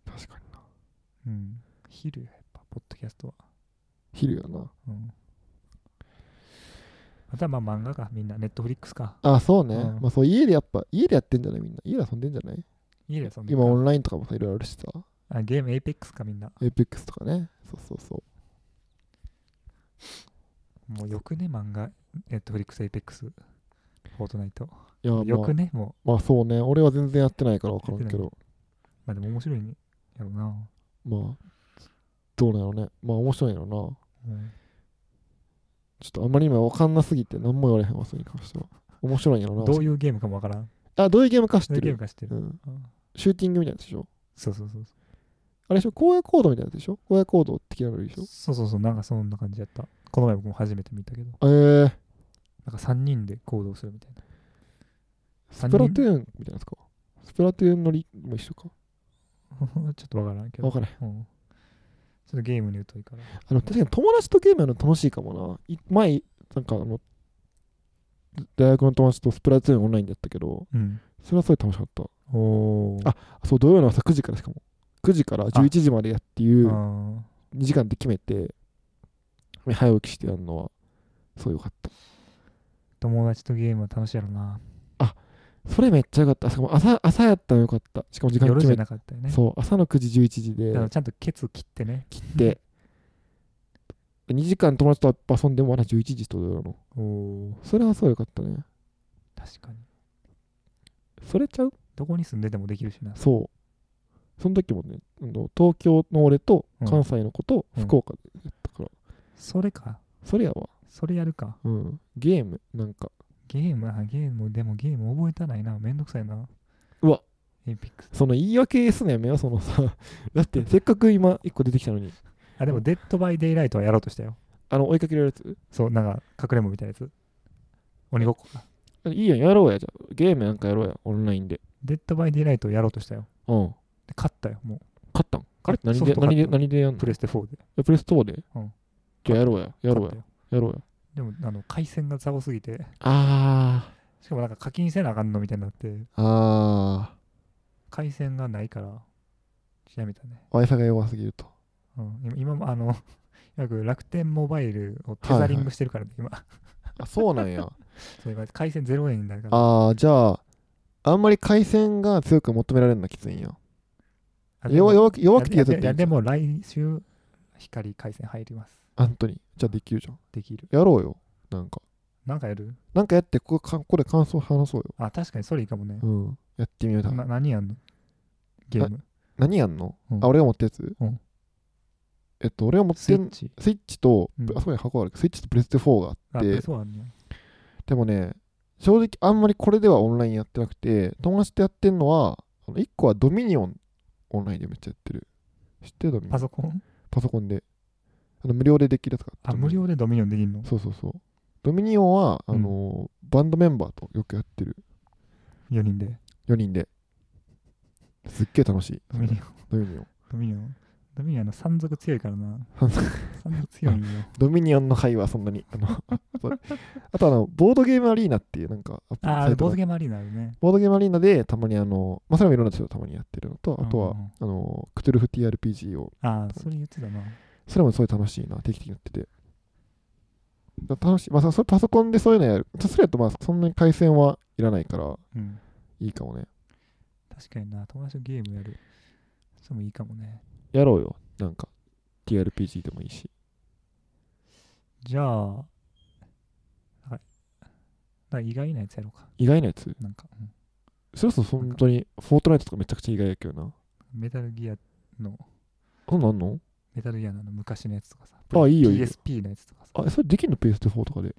Speaker 3: 確かにな。
Speaker 2: うん。昼よやっぱ、ポッドキャストは。
Speaker 3: 昼やな。
Speaker 2: うん。あとはまあ漫画か、みんな。ネットフリックスか。
Speaker 3: あ、そうね。
Speaker 2: うん
Speaker 3: まあそう、家でやっぱ、家でやってんじゃないみんな。家で遊んでんじゃない
Speaker 2: いいでそんな
Speaker 3: 今オンラインとかもさ、いろいろあるしさ。
Speaker 2: あゲーム APEX か、みんな。
Speaker 3: APEX とかね。そうそうそう。
Speaker 2: もうよくね、漫画。ネットフリックス APEX。フォートナイト。
Speaker 3: いや、
Speaker 2: よ
Speaker 3: ま
Speaker 2: く
Speaker 3: あ、
Speaker 2: ね、も
Speaker 3: まあそうね。俺は全然やってないから分からんけ
Speaker 2: や
Speaker 3: ど。
Speaker 2: う。まあでも面白いね。やろうな。
Speaker 3: まあ、どうなのね。まあ面白いのな。
Speaker 2: うん
Speaker 3: ちょっとあんまり今分かんなすぎて何も言われへんわ、それに関しては。面白いんやろな。
Speaker 2: どういうゲームかもわからん。
Speaker 3: あ、どういうゲームか知っ
Speaker 2: どうい
Speaker 3: て
Speaker 2: うゲーム
Speaker 3: る。
Speaker 2: か知ってる
Speaker 3: う。ん。
Speaker 2: うん
Speaker 3: シューティングみたいなやつでしょ。
Speaker 2: そうそうそう
Speaker 3: あれでしょ荒野行動みたいなやつでしょ荒野行動的なのでし
Speaker 2: そ
Speaker 3: ょ
Speaker 2: う。そうそうそう、なんかそんな感じやった。この前僕も初めて見たけど
Speaker 4: えー、
Speaker 2: なんか3人で行動するみたいな
Speaker 4: スプラトゥーンみたいなんですかスプラトゥーンのりも一緒か
Speaker 2: ちょっとわからんけど、
Speaker 4: 分からない
Speaker 2: うんちょっとゲームに疎いから
Speaker 4: あの確かに友達とゲームやるの楽しいかもない前なんかあの大学の友達とスプラトゥーンオンラインでやったけど
Speaker 2: うん
Speaker 4: それはすごい楽しかった
Speaker 2: おお
Speaker 4: あそう土曜の朝9時からしかも9時から11時までやっていう
Speaker 2: あ
Speaker 4: 2時間で決めて早起きしてやるのはすごいよかった
Speaker 2: 友達とゲームは楽しいやろな
Speaker 4: それめっちゃよかったしかも朝朝やったのよかったしかも時間
Speaker 2: 夜
Speaker 4: 決
Speaker 2: じ
Speaker 4: め
Speaker 2: ゃ
Speaker 4: て
Speaker 2: なかったよね
Speaker 4: そう朝の9時11時で
Speaker 2: だからちゃんとケツ切ってね
Speaker 4: 切って2時間友達と遊んでもまだ11時と土曜の
Speaker 2: おお
Speaker 4: それはすごいよかったね
Speaker 2: 確かに
Speaker 4: それちゃう
Speaker 2: どこに住んでてもできるしな
Speaker 4: そうその時もねあの東京の俺と
Speaker 2: うん
Speaker 4: 関西の子と
Speaker 2: うん
Speaker 4: 福岡でやったから、
Speaker 2: それか
Speaker 4: それやわ
Speaker 2: それやるか
Speaker 4: うんゲームなんか
Speaker 2: ゲームあゲームでもゲーム覚えたないなめんどくさいな
Speaker 4: うわ
Speaker 2: エイピックス
Speaker 4: その言い訳すのやめようそのさ だってせっかく今1個出てきたのに
Speaker 2: あでもデッドバイデイライトはやろうとしたよ
Speaker 4: あの追いかけられるやつ
Speaker 2: そうなんか隠れんぼみたいなやつ鬼ごっこか
Speaker 4: いいやんやろうやじゃあゲームなんかやろうやオンラインで
Speaker 2: デッドバイデイライトをやろうとしたよ
Speaker 4: うん
Speaker 2: で勝ったよも
Speaker 4: 勝ったんあれ何
Speaker 2: ソ
Speaker 4: で
Speaker 2: フト
Speaker 4: 何
Speaker 2: 買
Speaker 4: で
Speaker 2: った
Speaker 4: 何でやん
Speaker 2: う
Speaker 4: の
Speaker 2: プレステ4で
Speaker 4: えプレストアで、
Speaker 2: うん
Speaker 4: じゃあやろうややろう
Speaker 2: 勝った
Speaker 4: や
Speaker 2: よ
Speaker 4: やろうや
Speaker 2: でもあの回線がザゴすぎて
Speaker 4: あ
Speaker 2: しかもなんか課金せなあかんのみたいになって
Speaker 3: ああ
Speaker 2: 回線がないからやめたね、
Speaker 3: ー Wi-Fi が弱すぎると
Speaker 2: うん、今今もあの よく楽天モバイルをテザリングしてるからね、今
Speaker 3: あそうなんや
Speaker 2: そう今回線0円になるから
Speaker 3: ああじゃああんまり回線が強く求められるのはきついんや
Speaker 2: あでも
Speaker 3: 弱弱く弱くて
Speaker 2: いや
Speaker 3: やっ
Speaker 2: い
Speaker 3: て
Speaker 2: やい
Speaker 3: い
Speaker 2: や
Speaker 3: いんじ
Speaker 2: で
Speaker 3: ゃん
Speaker 2: も来週光回線入ります
Speaker 3: アントニーじゃあできるじゃん
Speaker 2: できる
Speaker 3: やろうよなんか
Speaker 2: なんかやる
Speaker 3: なんかやってここかここで感想話そうよ
Speaker 2: あ確かにそれいいかもね、
Speaker 3: うんやってみようだ
Speaker 2: な何やんのゲーム
Speaker 3: 何やんの、
Speaker 2: うん
Speaker 3: あ俺が持ったやつ、
Speaker 2: うん
Speaker 3: えっと俺が持っ
Speaker 2: スイ
Speaker 3: て
Speaker 2: ッ
Speaker 3: ん
Speaker 2: チ
Speaker 3: スイッチと、
Speaker 2: うん
Speaker 3: あそこに箱があるスイッチとプレステ4があ
Speaker 2: あ
Speaker 3: って
Speaker 2: そうなんね
Speaker 3: でもね正直あんまりこれではオンラインやってなくて友達とやってんのはあの1個はドミニオンオンラインでめっちゃやってる知ってるドミニオ
Speaker 2: パ
Speaker 3: ン
Speaker 2: ソコン
Speaker 3: パソコンであの無料でできるやつがあっ
Speaker 2: あ
Speaker 3: て
Speaker 2: 無料でドミニオンできんの
Speaker 3: そうそうそうドミニオンは
Speaker 2: う
Speaker 3: あ
Speaker 2: ん
Speaker 3: の、バンドメンバーとよくやってる
Speaker 2: 4人で
Speaker 3: 4人ですっげえ楽しい
Speaker 2: ドミニオン
Speaker 3: ドミニオン
Speaker 2: ドミニオンドミニオンの山賊強いか らな
Speaker 3: 山
Speaker 2: 山賊強いんよ
Speaker 3: ドミニオンの牌はそんなに。あの そうあとあの、ボードゲームアリーナっていうなんかアプリ
Speaker 2: あ
Speaker 3: サ
Speaker 2: あ
Speaker 3: イト
Speaker 2: ボ
Speaker 3: が
Speaker 2: ードゲームアリーナあるね
Speaker 3: ボードゲームアリーナでたまにあの、まあ、それもいろんな人がたまにやってるのと、あとは、
Speaker 2: うんうんうん
Speaker 3: あの、クトゥルフ TRPG を、
Speaker 2: ああそれ言ってたな
Speaker 3: それもすごい楽しいな、定期的にやってて。だ楽しい。まあ、そそれパソコンでそういうのやる。それやと、まあ、そんなに回線はいらないから、
Speaker 2: うん
Speaker 3: いいかもね。
Speaker 2: 確かにな友達とゲームやるそれもいいかもね
Speaker 3: やろうよ。なんか、TRPG でもいいし。
Speaker 2: じゃあはいなんか意外なやつやろうか
Speaker 3: 意外なやつ。
Speaker 2: なんか、うん
Speaker 3: それこそ本当に、フォートナイトとかめちゃくちゃ意外やけどな。
Speaker 2: メタルギアの
Speaker 3: そんなんあんの
Speaker 2: メタルギアのあの昔のやつとかさ
Speaker 3: あいいよいいよ
Speaker 2: PSP のやつとかさ
Speaker 3: あ、それできんの ?PS4 とかで。
Speaker 2: い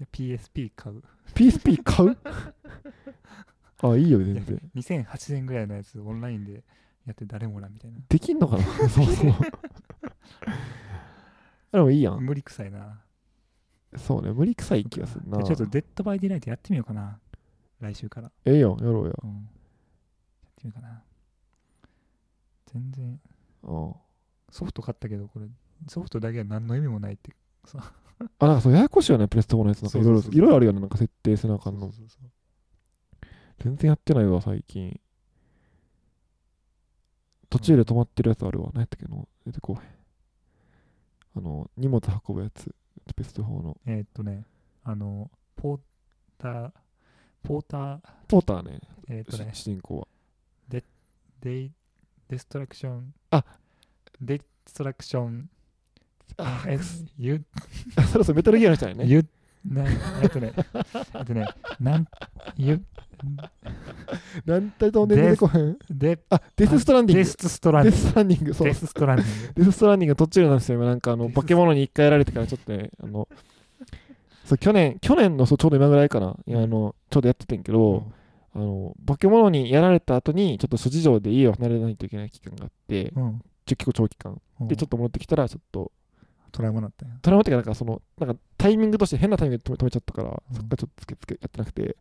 Speaker 2: や PSP 買う
Speaker 3: PSP 買うあ、いいよ、全
Speaker 2: いや
Speaker 3: 然。
Speaker 2: 2008年ぐらいのやつオンラインでやって誰もおらんみたいな
Speaker 3: できんのかな そうそう。でもいいやん。
Speaker 2: 無理くさいな
Speaker 3: そうね、無理くさい気がするな。
Speaker 2: じゃあちょっとデッドバイデイライトやってみようかな来週から
Speaker 3: ええやん、やろうや。
Speaker 2: うんやってみようかな全然
Speaker 3: うん
Speaker 2: ソフト買ったけどこれソフトだけは何の意味もないって
Speaker 3: あ、なんかそう、ややこしいよね、プレステ4のやつ。なんかいろい
Speaker 2: そうそうそ
Speaker 3: ろ、
Speaker 2: う
Speaker 3: いろいろあるよね、なんか設定せなあかん
Speaker 2: そう
Speaker 3: の。
Speaker 2: そうそう
Speaker 3: 全然やってないわ、最近。途中で止まってるやつあるわ。何やったっけの出てこうへん。あの、荷物運ぶやつ。プレステ4の。
Speaker 2: えーっとねあのポーターポーター
Speaker 3: ポーターね、
Speaker 2: えーっとね
Speaker 3: 主人公は。
Speaker 2: デイデストラクション
Speaker 3: あ
Speaker 2: デストラクション
Speaker 3: あ、
Speaker 2: えゆ
Speaker 3: そろそろメタルギアの人やね。
Speaker 2: ゆなえっとねえっとね なんゆ
Speaker 3: なんたとんで出てこへん。
Speaker 2: で
Speaker 3: あ、デスストランディン
Speaker 2: デ
Speaker 3: グ。
Speaker 2: スストランデ
Speaker 3: デ
Speaker 2: ィン
Speaker 3: スストランディング、
Speaker 2: グ
Speaker 3: そう。
Speaker 2: デ
Speaker 3: デス
Speaker 2: スストランディング
Speaker 3: ストランディング途中なんですよ。今なん かあの、
Speaker 2: デス
Speaker 3: 化け物に一回やられてからちょっとね、あの、そう、去年、去年のそうちょうど今ぐらいかな。いやあの、ちょうどやっててんけど、あの、化け物にやられた後に、ちょっと諸事情で家を離れないといけない期間があって、
Speaker 2: うん
Speaker 3: ちょ結構長期間。
Speaker 2: うん
Speaker 3: で、ちょっと戻ってきたら、ちょっと、
Speaker 2: トラウマだったんや
Speaker 3: トラウマっていうか、なんかその、なんかタイミングとして変なタイミングで止め止めちゃったから、
Speaker 2: ん
Speaker 3: そっからちょっとつけつけやってなくて、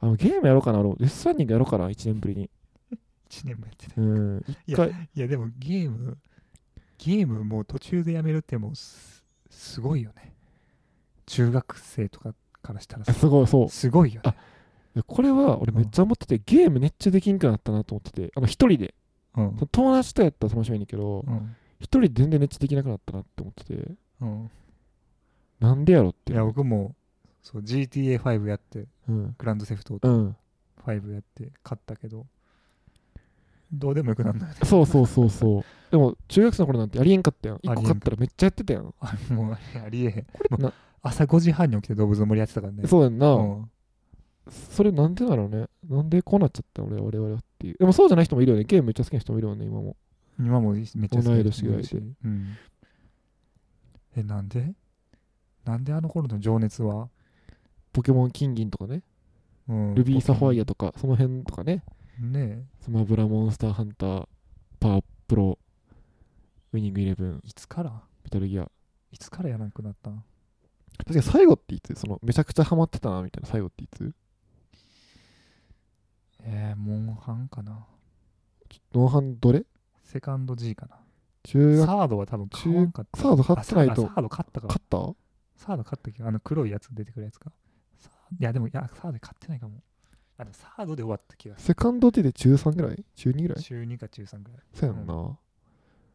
Speaker 3: あのゲームやろうかな、あのデスランニングやろうかな、1年ぶりに。
Speaker 2: 1年もやってない
Speaker 3: うん、
Speaker 2: い
Speaker 3: 一
Speaker 2: や
Speaker 3: 回、
Speaker 2: いやでもゲームゲームもう途中でやめるってもうすすごいよね中学生とかからしたら
Speaker 3: あ
Speaker 2: さ
Speaker 3: すごい、そうい
Speaker 2: すごいよね
Speaker 3: や。これは俺めっちゃ思ってて、ゲームめっちゃできんくなったなと思ってて、あの一人で、
Speaker 2: うん
Speaker 3: 友達とやったら楽しみにけど、
Speaker 2: うん
Speaker 3: 一人で全然めっちゃできなくなったなって思ってて、
Speaker 2: うん
Speaker 3: なんでやろって。
Speaker 2: いや僕もそう GTA5 やって
Speaker 3: うん。
Speaker 2: グランドセフト
Speaker 3: うん。
Speaker 2: 5やって勝ったけどどうでもよくなんない
Speaker 3: そうそうそうそう。でも、中学生の頃なんてありえんかったやん。
Speaker 2: あ
Speaker 3: 1
Speaker 2: り
Speaker 3: 個
Speaker 2: えん
Speaker 3: 買ったらめっちゃやってたやん。
Speaker 2: あもうあれありえへん
Speaker 3: れ
Speaker 2: もう
Speaker 3: な
Speaker 2: 朝5時半に起きて動物の森やってたからね
Speaker 3: そうやんな。
Speaker 2: うん
Speaker 3: それなんでだろうね。なんでこうなっちゃった俺は我々はっていう。でもそうじゃない人もいるよね。ゲームめっちゃ好きな人もいるよね、今も。
Speaker 2: 今もめっちゃ好き
Speaker 3: 同い年ぐらいで
Speaker 2: うん、えなんでなんであの頃の情熱は、
Speaker 3: ポケモン金銀とかね。
Speaker 2: うん、
Speaker 3: ルビーサファイ
Speaker 2: ア
Speaker 3: アとか、その辺とかね。
Speaker 2: ね
Speaker 3: スマブラモンスターハンター、パワープロ、ウィニングイレブン、
Speaker 2: えいつから
Speaker 3: メタルギア。
Speaker 2: いつからやらなくなったん
Speaker 3: 確かに最後っていつそのめちゃくちゃハマってたなみたいな最後っていつ
Speaker 2: えー、モンハンかな
Speaker 3: ノンハンどれ
Speaker 2: セカンド G かな
Speaker 3: 中学
Speaker 2: サードは多分買わんかった
Speaker 3: サード買
Speaker 2: あ
Speaker 3: って
Speaker 2: サ
Speaker 3: ない
Speaker 2: あ
Speaker 3: と
Speaker 2: サード買ったか
Speaker 3: 勝った
Speaker 2: サード買ったっけあの黒いやつ出てくるやつかサーいやでもいやサード買ってないかもあでもサードで終わった気がす
Speaker 3: セカンド D で中3ぐらい中2ぐら
Speaker 2: る
Speaker 3: い
Speaker 2: 中2か中3ぐらい
Speaker 3: そうやんな。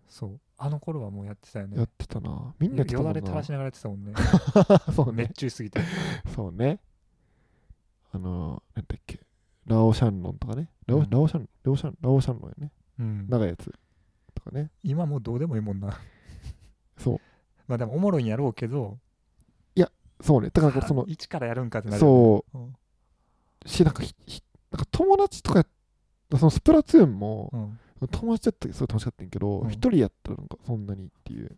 Speaker 2: そうあの頃はもうやってたよね
Speaker 3: やってたな。みんなやってた
Speaker 2: よ
Speaker 3: も
Speaker 2: だ
Speaker 3: ん
Speaker 2: れ垂ら
Speaker 3: な
Speaker 2: し。ながらやってたも んね
Speaker 3: そうね
Speaker 2: 熱。中しすぎて
Speaker 3: そうね。あのー、なんだっけ。ラオシャンロンとかね。ラオ,、
Speaker 2: うん
Speaker 3: ラオシャン、ラオシャン、ラオシャンロンやね。
Speaker 2: うん
Speaker 3: 長いやつとかね。
Speaker 2: 今もうどうでもいいもんな
Speaker 3: そう。
Speaker 2: まあでもおもろいんやろうけど、
Speaker 3: そうね。だからなんかその
Speaker 2: 一からやるんか ってなるよ
Speaker 3: そ
Speaker 2: ね、うん
Speaker 3: う、し、なんかひ、ひなんか友達とかやそのスプラトゥーンも、
Speaker 2: うん
Speaker 3: 友達だったらすごい楽しかったんやけど
Speaker 2: う、ん
Speaker 3: 一、人やったらなんかそんなにって いう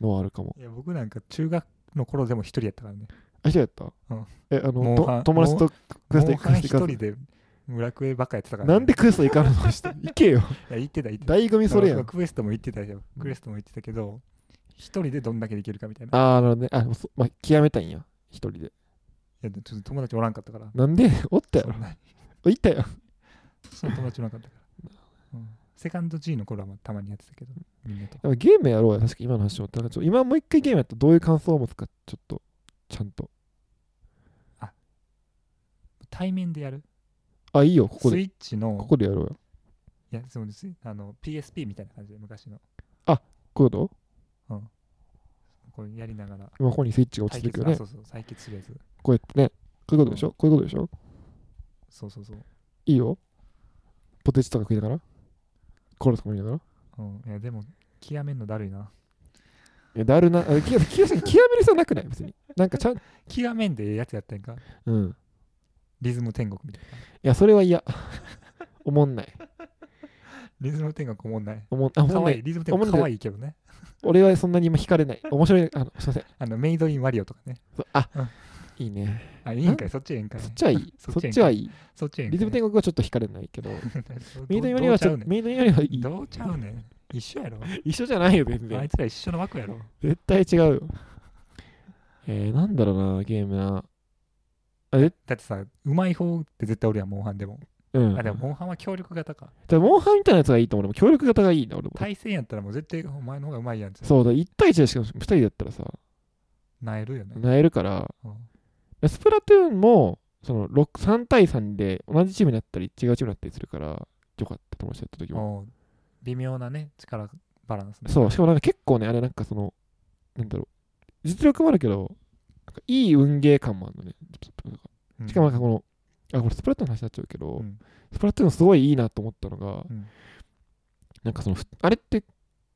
Speaker 3: のはあるかも。
Speaker 2: いや僕なんか中学の頃でも一人やったからね
Speaker 3: あ、一人やった、
Speaker 2: うん
Speaker 3: え、あ
Speaker 2: モ
Speaker 3: の、
Speaker 2: ンハ
Speaker 3: と
Speaker 2: ン
Speaker 3: 友達とクラ
Speaker 2: モ
Speaker 3: ス
Speaker 2: ン
Speaker 3: で
Speaker 2: ハン
Speaker 3: ス
Speaker 2: 一人で村クエばっかやってたから、ね、
Speaker 3: なんでクエスト行 かんのして行けよ。
Speaker 2: いや行ってた行ってた
Speaker 3: 醍醐味それやん。
Speaker 2: クエストも行ってたよクエストも行ってたけど一人でどんだけできるかみたいない
Speaker 3: ああ、なるほどね。あ、そまあ、極めたいんや。一人で。
Speaker 2: やちょっと友達おらんかったから
Speaker 3: なんで おったや
Speaker 2: そ
Speaker 3: ろ
Speaker 2: んな
Speaker 3: おいたよ。
Speaker 2: その友達おらんかっ たから、うんセカンド G の頃はまあたまにやってたけどみんなと
Speaker 3: でもゲームやろうよ。確か今の話を。なんかちょっと今もう一回ゲームやったらどういう感想を持つか、ちょっと、ちゃんと。
Speaker 2: 対面でやる
Speaker 3: あ、いいよ。ここ
Speaker 2: ス
Speaker 3: で。
Speaker 2: イッチの
Speaker 3: ここでやろうよ。
Speaker 2: いやそうですあの PSP みたいな感じで昔の
Speaker 3: こういうこと
Speaker 2: こうやりながら
Speaker 3: 今ここにスイッチが落ち
Speaker 2: 対
Speaker 3: てるけ
Speaker 2: 決
Speaker 3: ど
Speaker 2: あ
Speaker 3: ね
Speaker 2: そ。うそう対決するやつ
Speaker 3: こうやってね。こういうことでしょ、こういうことでしょ
Speaker 2: そうそうそう、
Speaker 3: いいよ。ポテチとか食いながら。コーラとか飲みながら。い
Speaker 2: うん、いやでも極めんのだるいな
Speaker 3: や、だるな。あ極め極め極める必要なくない別に。なんかちゃん、
Speaker 2: 極めんでええやつやったんか
Speaker 3: うん。
Speaker 2: リズム天国みたいない
Speaker 3: や、それは嫌。おもんない。
Speaker 2: リズム天国おもんない
Speaker 3: おもんあおも
Speaker 2: か
Speaker 3: んな
Speaker 2: わ
Speaker 3: い
Speaker 2: いいリズム天国
Speaker 3: おもん
Speaker 2: か
Speaker 3: ない
Speaker 2: わいいけどね
Speaker 3: 俺はそんなに今惹かれない。面白い。あの、すいません。
Speaker 2: あのメイドインマリオとかね
Speaker 3: そうあ、
Speaker 2: うん
Speaker 3: いいね。
Speaker 2: あいいんかいそっちええんかい
Speaker 3: そっちはいい。
Speaker 2: そ
Speaker 3: そ
Speaker 2: っ
Speaker 3: っ
Speaker 2: ち
Speaker 3: ちはいい。
Speaker 2: そっちええんかい
Speaker 3: リズム天国はちょっと惹かれない けど、メイドインより
Speaker 2: どう
Speaker 3: は
Speaker 2: ち
Speaker 3: ち
Speaker 2: ゃ
Speaker 3: ょ
Speaker 2: う
Speaker 3: っ
Speaker 2: ね
Speaker 3: と、メイドインよりはい
Speaker 2: ん
Speaker 3: い。
Speaker 2: どうちゃうねん一緒やろ
Speaker 3: 一緒じゃないよ、全
Speaker 2: あい
Speaker 3: 然。
Speaker 2: つら一緒の枠やろ
Speaker 3: 絶対違うよ。えー、なんだろうな、ゲームな。
Speaker 2: だってさうまい方って絶対おるやんモンハンでも
Speaker 3: うん。
Speaker 2: あでも
Speaker 3: も、
Speaker 2: モンハンは協力型か
Speaker 3: モンハンみたいなやつがいいと思う。でも協力型がいいな、俺も。
Speaker 2: 対戦やったらもう絶対お前の方がうまいやんって
Speaker 3: そうだ、1対1でしかも2人だったらさ、
Speaker 2: なえるよね
Speaker 3: なえるから、
Speaker 2: うん
Speaker 3: スプラトゥーンも、その6 3対3で同じチームになったり違うチームになったりするから、よかった友達だった時も。
Speaker 2: もう微妙なね力バランスね
Speaker 3: そう、しかもなんか結構ね、あれなんかその、なんだろう、実力もあるけど、なんかいい運ゲー感もあるのね。
Speaker 2: うん
Speaker 3: しかもなんかこの、あ、これスプラトゥーンの話になっちゃうけど、
Speaker 2: うん
Speaker 3: スプラトゥーンすごいいいなと思ったのが、
Speaker 2: うん
Speaker 3: なんかその、ふあれって、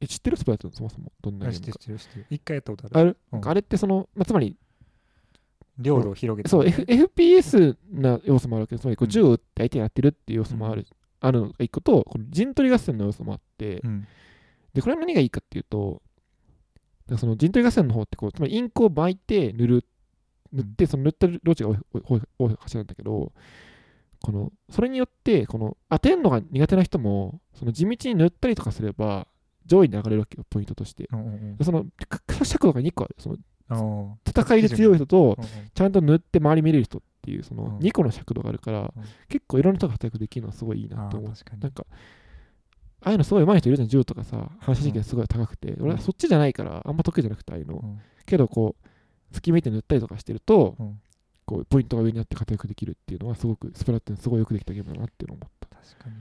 Speaker 3: え知ってるスプラトゥーンそもそもどんな
Speaker 2: あ
Speaker 3: ゲ
Speaker 2: 知っ
Speaker 3: ー
Speaker 2: て
Speaker 3: ム
Speaker 2: る
Speaker 3: か
Speaker 2: 知ってる知ってる一回やったことあ
Speaker 3: あれ、
Speaker 2: るうん
Speaker 3: なんかあれってその、まあ、つまり、
Speaker 2: 領土を広げて
Speaker 3: そう、F、FPS な要素もあるわけです。つまりこ
Speaker 2: うん
Speaker 3: う銃を撃って相手にやってるっていう要素もある,、あるのが一個と、この陣取り合戦の要素もあって、
Speaker 2: うん
Speaker 3: で、これは何がいいかっていうと、だからその陣取り合戦の方ってこう、つまりインクを巻いて塗る、塗って、その塗った路地が多い多い多い橋なんだけど、このそれによってこの当てるのが苦手な人もその地道に塗ったりとかすれば
Speaker 1: 上位に上がれるわけよ、ポイントとして。
Speaker 2: うんうん
Speaker 1: その、かか尺度が2個ある。その
Speaker 2: うん。お
Speaker 1: 戦いで強い人と、
Speaker 2: ー
Speaker 1: ちゃんと塗って周り見れる人っていう、そ
Speaker 2: うん
Speaker 1: の2個の尺度があるから
Speaker 2: うん、
Speaker 1: 結構いろんな人が活躍できるのはすごいいい
Speaker 2: うんうん
Speaker 1: な
Speaker 2: あ
Speaker 1: と思
Speaker 2: ー
Speaker 1: う。
Speaker 2: 確かに
Speaker 1: なん。か、ああいうのすごい上手い人いるじゃん、銃とかさ、話し技がすごい高くて、
Speaker 2: ん
Speaker 1: 俺はそっちじゃないから、あんま得意じゃなくて、ああいう
Speaker 2: う
Speaker 1: の。
Speaker 2: ん
Speaker 1: けど、こう、突き抜いて塗ったりとかしてると、
Speaker 2: うん
Speaker 1: こう、ポイントが上にあって活躍できるっていうのは、すごく、スプラッテンすごいよくできたゲームだなっていうのを思った。
Speaker 2: 確かに。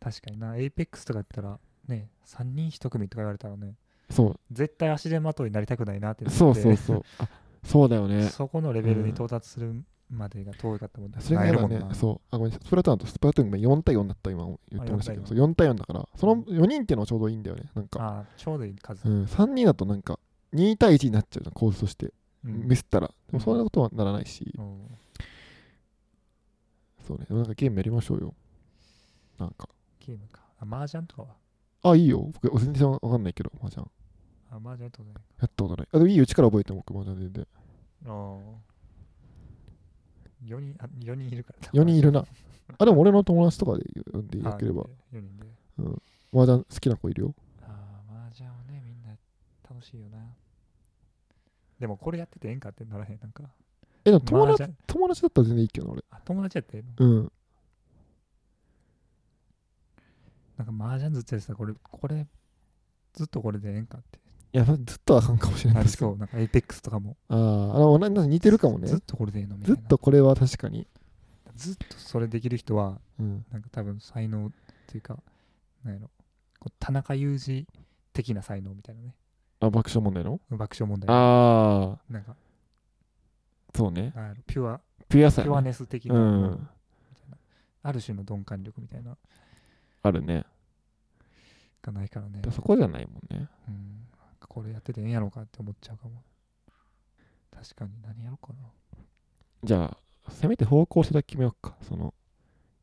Speaker 2: 確かにな、エイペックスとかやったら、ね、3人1組とか言われたらね、
Speaker 1: そう、
Speaker 2: 絶対足手まといになりたくないなってなって
Speaker 1: そうそうそう。あ、そうだよ ね。
Speaker 2: そこのレベルに到達するまでが遠かったもん
Speaker 3: それが
Speaker 2: な
Speaker 3: や
Speaker 2: い
Speaker 3: だ
Speaker 2: もん
Speaker 3: ね
Speaker 2: な。、
Speaker 3: そう、あ、ごめんなさい、スプラトゥーンとスプラトゥーンが4対4だった、今言ってましたけ
Speaker 2: あ
Speaker 3: ど、
Speaker 2: 4
Speaker 3: そう4対4だから、その4人っていうのはちょうどいいんだよね、なんか、
Speaker 2: あーちょうどいい数
Speaker 3: う。ん、3人だとなんか、2対1になっちゃうじゃん、構図として、
Speaker 2: うん
Speaker 3: ミスったら、でもそんなことはならないし、
Speaker 2: うん
Speaker 3: そうね、なんかゲームやりましょうよ。なんか、
Speaker 2: ゲームか。あ、麻雀とかは
Speaker 3: あ、いいよ、僕、全然わかんないけど、麻雀。
Speaker 2: あ、麻雀とかね。
Speaker 3: やったことない。あ、でもいいよ、力覚えても、僕、麻雀全然。
Speaker 2: 4人、あ、4人いるから。
Speaker 3: 4人いる な。あ、でも俺の友達とかで呼んでよければ、
Speaker 2: 4人で。
Speaker 3: 麻雀好きな子いるよ。
Speaker 2: ああ、麻雀はね、みんな楽しいよな。でもこれやっててええんかってならへん。なんか。
Speaker 3: え、でも友達
Speaker 2: 達
Speaker 3: 友達だったら全然いいけどな、俺。
Speaker 2: あ、友達やってええの
Speaker 3: うん。
Speaker 2: なんか麻雀ずっとやってたらこれ、これ、ずっとこれでええん かって。
Speaker 3: いや、ずっとあかんかもしれな
Speaker 2: ないり
Speaker 3: ですけ
Speaker 2: そ
Speaker 3: ど。
Speaker 2: う。なんかエイペックスとかも。
Speaker 3: あーあの、なんか似てるかもね
Speaker 2: ず。っとこれでええのみた
Speaker 3: ず
Speaker 2: い
Speaker 3: っ
Speaker 2: な。
Speaker 3: とこれは確かに。
Speaker 2: ずっとそれできる人は、
Speaker 3: うん。
Speaker 2: なんか多分才能っていうか、なんやろ。こう田中裕二的な才能みたいなね。
Speaker 3: あ、爆笑問題の
Speaker 2: 爆笑問題。
Speaker 3: ああ、
Speaker 2: なんか、
Speaker 3: そうね。
Speaker 2: なんやろピュア、
Speaker 3: ピュアさ
Speaker 2: ピ
Speaker 3: や
Speaker 2: ュア
Speaker 3: ね。
Speaker 2: ネス的な、
Speaker 3: うん。
Speaker 2: ある種の鈍感力みたいな、
Speaker 3: あるね。
Speaker 2: がないからね
Speaker 3: だ。そこじゃないもんね。
Speaker 2: うん。なんかこれやっててええんやろうかって思っちゃうかも。確かに、何やろうかな。
Speaker 3: じゃあ、せめて方向性だけ決めようか。その、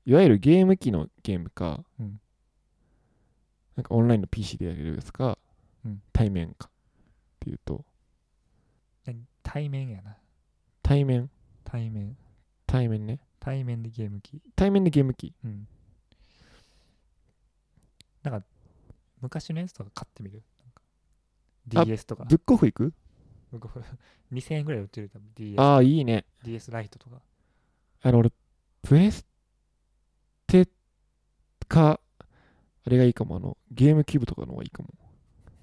Speaker 3: いわゆるゲーム機のゲームか、
Speaker 2: うん
Speaker 3: なんかオンラインの PC でやれるやつか、
Speaker 2: うん
Speaker 3: 対面かっていうと、
Speaker 2: 何対面やな。
Speaker 3: 対面、
Speaker 2: 対面。
Speaker 3: 対面ね。
Speaker 2: 対面でゲーム機。
Speaker 3: 対面でゲーム機。
Speaker 2: うん。なんか、昔のやつとか買ってみるなんか
Speaker 3: あ
Speaker 2: ?DS とか。
Speaker 3: ブックオフ行く
Speaker 2: 僕 これ2000円ぐらい売ってる多分 DS,
Speaker 3: ああ、いいね。
Speaker 2: DS ライトとか。
Speaker 3: あの、俺、プレステか、あれがいいかも、あの、ゲームキューブとかの方がいいかも。
Speaker 2: だ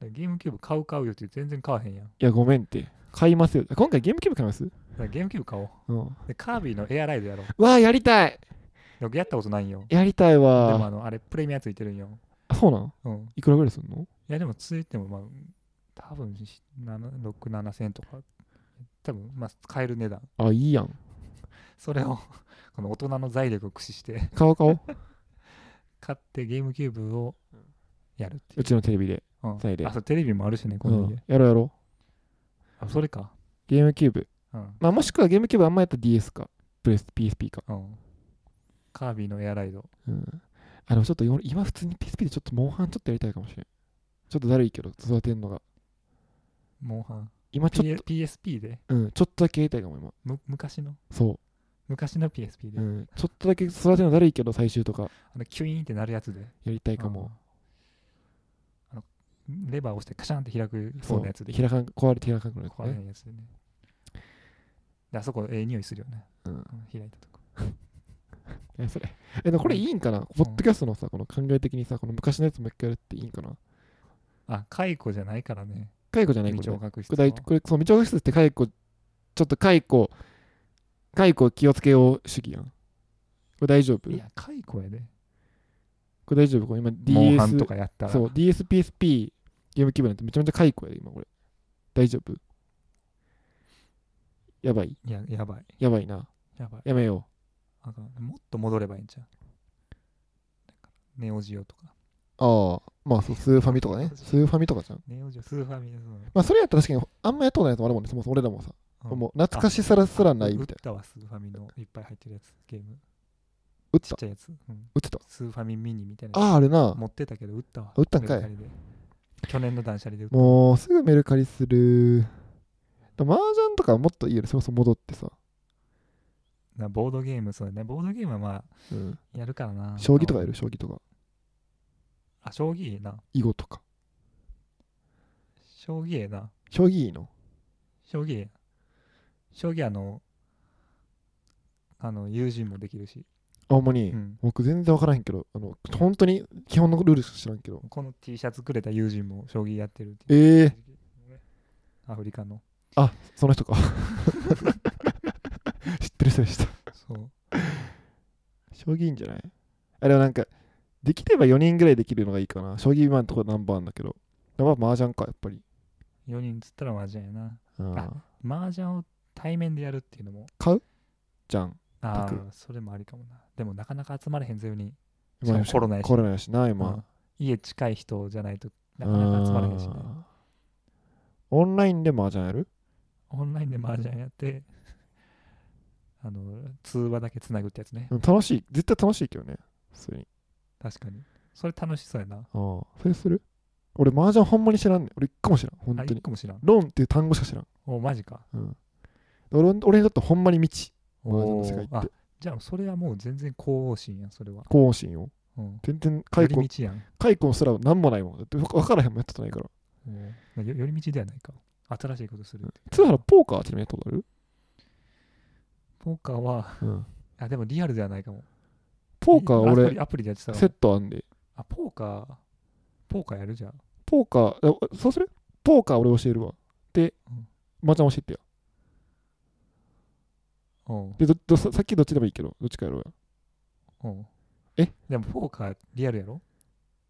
Speaker 2: からゲームキューブ買う買うよって全然買わへんやん。だ
Speaker 3: いや、ごめんって。買いますよ。今回ゲームキューブ買います
Speaker 2: からゲームキューブ買おう。
Speaker 3: うん。わ
Speaker 2: で、カービィのエアライドやろう。
Speaker 3: あ、やりたい
Speaker 2: 僕やったことないんよ。
Speaker 3: やりたい
Speaker 2: で
Speaker 3: わ
Speaker 2: もあの、あれプレミアついてるんよ。
Speaker 3: あそうなの
Speaker 2: うん。
Speaker 3: いくらぐらいすんの
Speaker 2: いやでもついてもまあ多分し7 6、7千円とか多分まあ買える値段
Speaker 3: あ、いいやん。
Speaker 2: それを この大人の財力を駆使して
Speaker 3: 買おう買お う。
Speaker 2: 買ってゲームキューブをやるっていう
Speaker 3: ちのテレビで。
Speaker 2: う、うん
Speaker 3: それで
Speaker 2: あそうテレビもあるしねこ
Speaker 3: う
Speaker 2: の家、
Speaker 3: ん。やろうやろ
Speaker 2: あそれか
Speaker 3: う。ゲームキューブ。
Speaker 2: うん、
Speaker 3: まあ、もしくはゲームキューブあんまやったら DS か。プレス PSP か。
Speaker 2: うん、カービィのエアライド
Speaker 3: うん。あ、でもちょっとよ今普通に PSP でちょっとモンハンちょっとやりたいかもしれん。ちょっとだるいけど、育てんのが。
Speaker 2: モンハン
Speaker 3: 今ちょ
Speaker 2: P-
Speaker 3: っ
Speaker 2: PSP で
Speaker 3: と、うん、ちょっとだけやりたいかも今。
Speaker 2: む昔の
Speaker 3: そう。
Speaker 2: 昔の PSP で、
Speaker 3: うん、ちょっとだけ育てるのだるいけど最終とか
Speaker 2: あのキュイーンってなるやつで
Speaker 3: やりたいかも、
Speaker 2: うんあのレバーを押してカシャンって開く
Speaker 3: そ
Speaker 2: そううなやつで
Speaker 3: 開かん壊れて開かんくなる
Speaker 2: 壊
Speaker 3: や
Speaker 2: れ
Speaker 3: つね
Speaker 2: ないやつでね。であそこ、ええ匂いするよね。
Speaker 3: うん
Speaker 2: 開いたとこ。
Speaker 3: えそれえでもこれいいんかな、ポッドキャストのさこの考え的にさこの昔のやつもう一回やるっていいんかな
Speaker 2: あ、解雇じゃないからね。
Speaker 3: 解雇じゃないこ
Speaker 2: 未
Speaker 3: れ
Speaker 2: 聴
Speaker 3: ね
Speaker 2: 覚室
Speaker 3: こ
Speaker 2: は
Speaker 3: れこれその未聴覚室って解雇ちょっと解雇解雇気をつけよう主義やんこれ大丈夫
Speaker 2: いや、解雇やで。
Speaker 3: これ大丈夫これ今
Speaker 2: モンハン
Speaker 3: DS
Speaker 2: とかやったら。
Speaker 3: そう DSPSP ゲームキューブなんてめちゃめちゃ解雇やで今これ大丈夫やばい
Speaker 2: いや、やばい。
Speaker 3: やばいな
Speaker 2: やばい。
Speaker 3: やめよ
Speaker 2: あかんもっと戻ればいいんちゃうなんかネオジオとか。
Speaker 3: うああまあそうスーファミとかねスーファミとかじゃん
Speaker 2: ネオジオ、スーファミそう
Speaker 3: まあそれやったら確かにあんまやったことないやつもあるもんね、そもそも俺らもさ、
Speaker 2: うん
Speaker 3: もう懐かしさらすらない
Speaker 2: 打
Speaker 3: み
Speaker 2: った
Speaker 3: いな。
Speaker 2: たわ、スーファミのいっぱい入ってるやつ。ゲーム。
Speaker 3: 打っ
Speaker 2: ちったちゃいやつ。うん
Speaker 3: 打ってた。
Speaker 2: スーファミミニみたいなや
Speaker 3: ああ、あれな
Speaker 2: つ。。持ってたけど、打ったわ。
Speaker 3: 打ったんかい
Speaker 2: メルカリで去年の断捨離で打った。
Speaker 3: もうすぐメルカリする。でも麻雀とかはもっといいよね、そもそも戻ってさ。
Speaker 2: なボードゲーム、そうだね。ボードゲームはまあ、
Speaker 3: うん
Speaker 2: やるからな。
Speaker 3: 将棋とかやる、将棋とか。
Speaker 2: あ将棋いいな
Speaker 3: 囲碁とか
Speaker 2: 将棋ええな
Speaker 3: 将棋いいの
Speaker 2: 将棋ええ将棋あのあの友人もできるし、
Speaker 3: あほんまに、
Speaker 2: うん、
Speaker 3: 僕全然分からへんけどあの本当に基本のルールしか知らんけど
Speaker 2: この T シャツくれた友人も将棋やってるっていう
Speaker 3: ええ
Speaker 2: アフリカの
Speaker 3: その人か 知ってる人でした
Speaker 2: そう
Speaker 3: 将棋いいんじゃないあれはなんかできれば4人ぐらいできるのがいいかな将棋今のところ何番だけどまあ麻雀かやっぱり
Speaker 2: 4人つったら麻雀やな
Speaker 3: うん
Speaker 2: あ麻雀を対面でやるっていうのも
Speaker 3: じゃん
Speaker 2: あ
Speaker 3: 卓
Speaker 2: あそれもありかもなでもなかなか集まれへんぜよにし
Speaker 3: 今
Speaker 2: かもコロナやし
Speaker 3: コロナやしな今、
Speaker 2: うん家近い人じゃないとなかなか集まれへんしね
Speaker 3: うんオンラインで麻雀やる
Speaker 2: オンラインで麻雀やってあの通話だけつなぐってやつね
Speaker 3: でも楽しい絶対楽しいけどね普通に
Speaker 2: 確かにそれ楽しそうやな
Speaker 3: ああそれする俺麻雀ほんまに知らんねん俺一個も知らん本
Speaker 2: あ
Speaker 3: 当
Speaker 2: 一
Speaker 3: に
Speaker 2: 個も知らん
Speaker 3: ロンっていう単語しか知らん
Speaker 2: おマジか
Speaker 3: 俺俺にとってほんまに未知麻雀
Speaker 2: お
Speaker 3: の世界
Speaker 2: ー
Speaker 3: っ
Speaker 2: あ
Speaker 3: て
Speaker 2: じゃあそれはもう全然後方心やんそれは
Speaker 3: 高音心よ
Speaker 2: うん
Speaker 3: 全然
Speaker 2: 寄
Speaker 3: 解雇
Speaker 2: り道やん
Speaker 3: 解雇すら何もないもんだって分からへんもんやったことないから
Speaker 2: おーよ寄り道ではないか新しいことするっていう
Speaker 3: 津原ポーカーちなみにやったことある
Speaker 2: ポーカーは
Speaker 3: うん
Speaker 2: あでもリアルではないかも
Speaker 3: ポーカー
Speaker 2: アプ
Speaker 3: 俺
Speaker 2: リアプリでやってたわ
Speaker 3: セットあんで
Speaker 2: あポーカーポーカーやるじゃん
Speaker 3: ポーカーあそうするポーカー俺教えるわで
Speaker 2: うん
Speaker 3: 麻雀教えてよ
Speaker 2: うん
Speaker 3: でどどささっきどっちでもいいけどどっちかやろうや
Speaker 2: うん
Speaker 3: え
Speaker 2: でもポーカーリアルやろ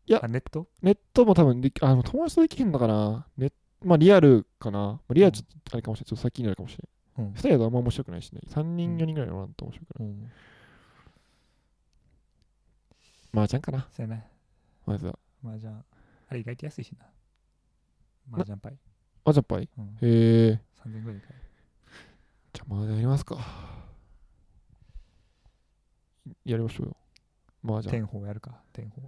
Speaker 3: いや
Speaker 2: あネット
Speaker 3: ネットも多分できあでも友達とできへんのかなネまあリアルかな、まあ、リアルちょっとあれかもしれないちょっと先になるかもしれ
Speaker 2: う
Speaker 3: な
Speaker 2: ん
Speaker 3: い2人だとあんま面白くないしね3
Speaker 2: う
Speaker 3: 人
Speaker 2: ん
Speaker 3: 4人ぐらいのなんと面白くない、
Speaker 2: うん
Speaker 3: 麻雀かな
Speaker 2: そうやな
Speaker 3: まずは
Speaker 2: 麻雀あれ意外と安いしな麻雀パイ、
Speaker 3: 麻雀パイ
Speaker 2: うん、
Speaker 3: へえ
Speaker 2: 3000ぐらいか
Speaker 3: じゃあ麻雀やりますかやりましょうよ麻雀
Speaker 2: 天宝やるか天宝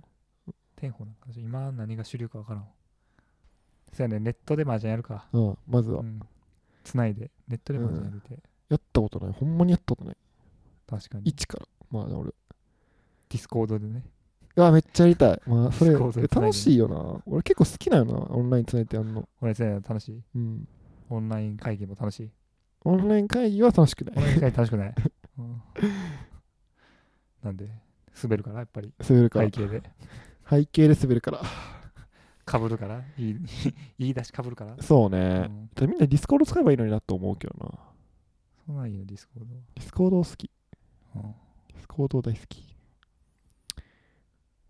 Speaker 2: 天宝なんか私今何が主流か分からんそうやねネットで麻雀やるか
Speaker 3: うんまずは
Speaker 2: うんつないでネットで麻雀やるて、
Speaker 3: やったことないほんまにやったことない
Speaker 2: 確かに
Speaker 3: 一からまあ俺
Speaker 2: ディスコードでね
Speaker 3: あめっちゃやりたいまあそれ
Speaker 2: そうそう
Speaker 3: え楽しいよな俺結構好きなよなオンラインつないでやんの
Speaker 2: 俺そうやな楽しい
Speaker 3: うん
Speaker 2: オンライン会議も楽しい
Speaker 3: オンライン会議は楽しくない
Speaker 2: オンライン会議楽しく ない、うんなんで滑るからやっぱり
Speaker 3: 滑るから
Speaker 2: 会計で
Speaker 3: 背景で滑るから
Speaker 2: かぶるから言い 言い出しかぶるから、
Speaker 3: そう
Speaker 2: う
Speaker 3: ね、
Speaker 2: ん、
Speaker 3: じゃあみんなディスコード使えばいいのになと思うけどな
Speaker 2: そうなんよディスコードは
Speaker 3: ディスコード好き
Speaker 2: うん
Speaker 3: ディスコード大好き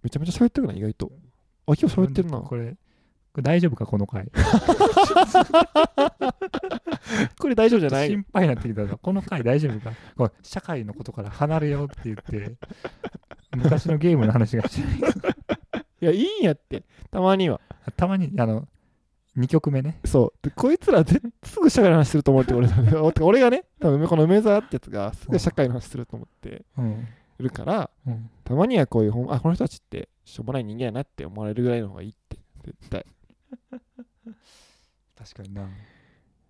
Speaker 3: めちゃめちゃ喋ってるな意外とあ今日喋ってるな
Speaker 2: これこれ大丈夫かこの回
Speaker 3: これ大丈夫じ
Speaker 2: 心配になってきたぞ。この回大丈夫かこれ社会のことから離れようって言って、昔のゲームの話がしたい。
Speaker 3: いやいいんやってたまには
Speaker 2: たまに、あの、2曲目ね。
Speaker 3: そうでこいつらぜすぐ社会の話すると思って俺なんだよてか俺がね 多分この梅沢ってやつがすぐ社会の話すると思って
Speaker 2: うん。
Speaker 3: るから
Speaker 2: うん、
Speaker 3: たまにはこういうほんあこの人たちってしょうもない人間やなって思われるぐらいの方がいいって絶対
Speaker 2: 確かにな。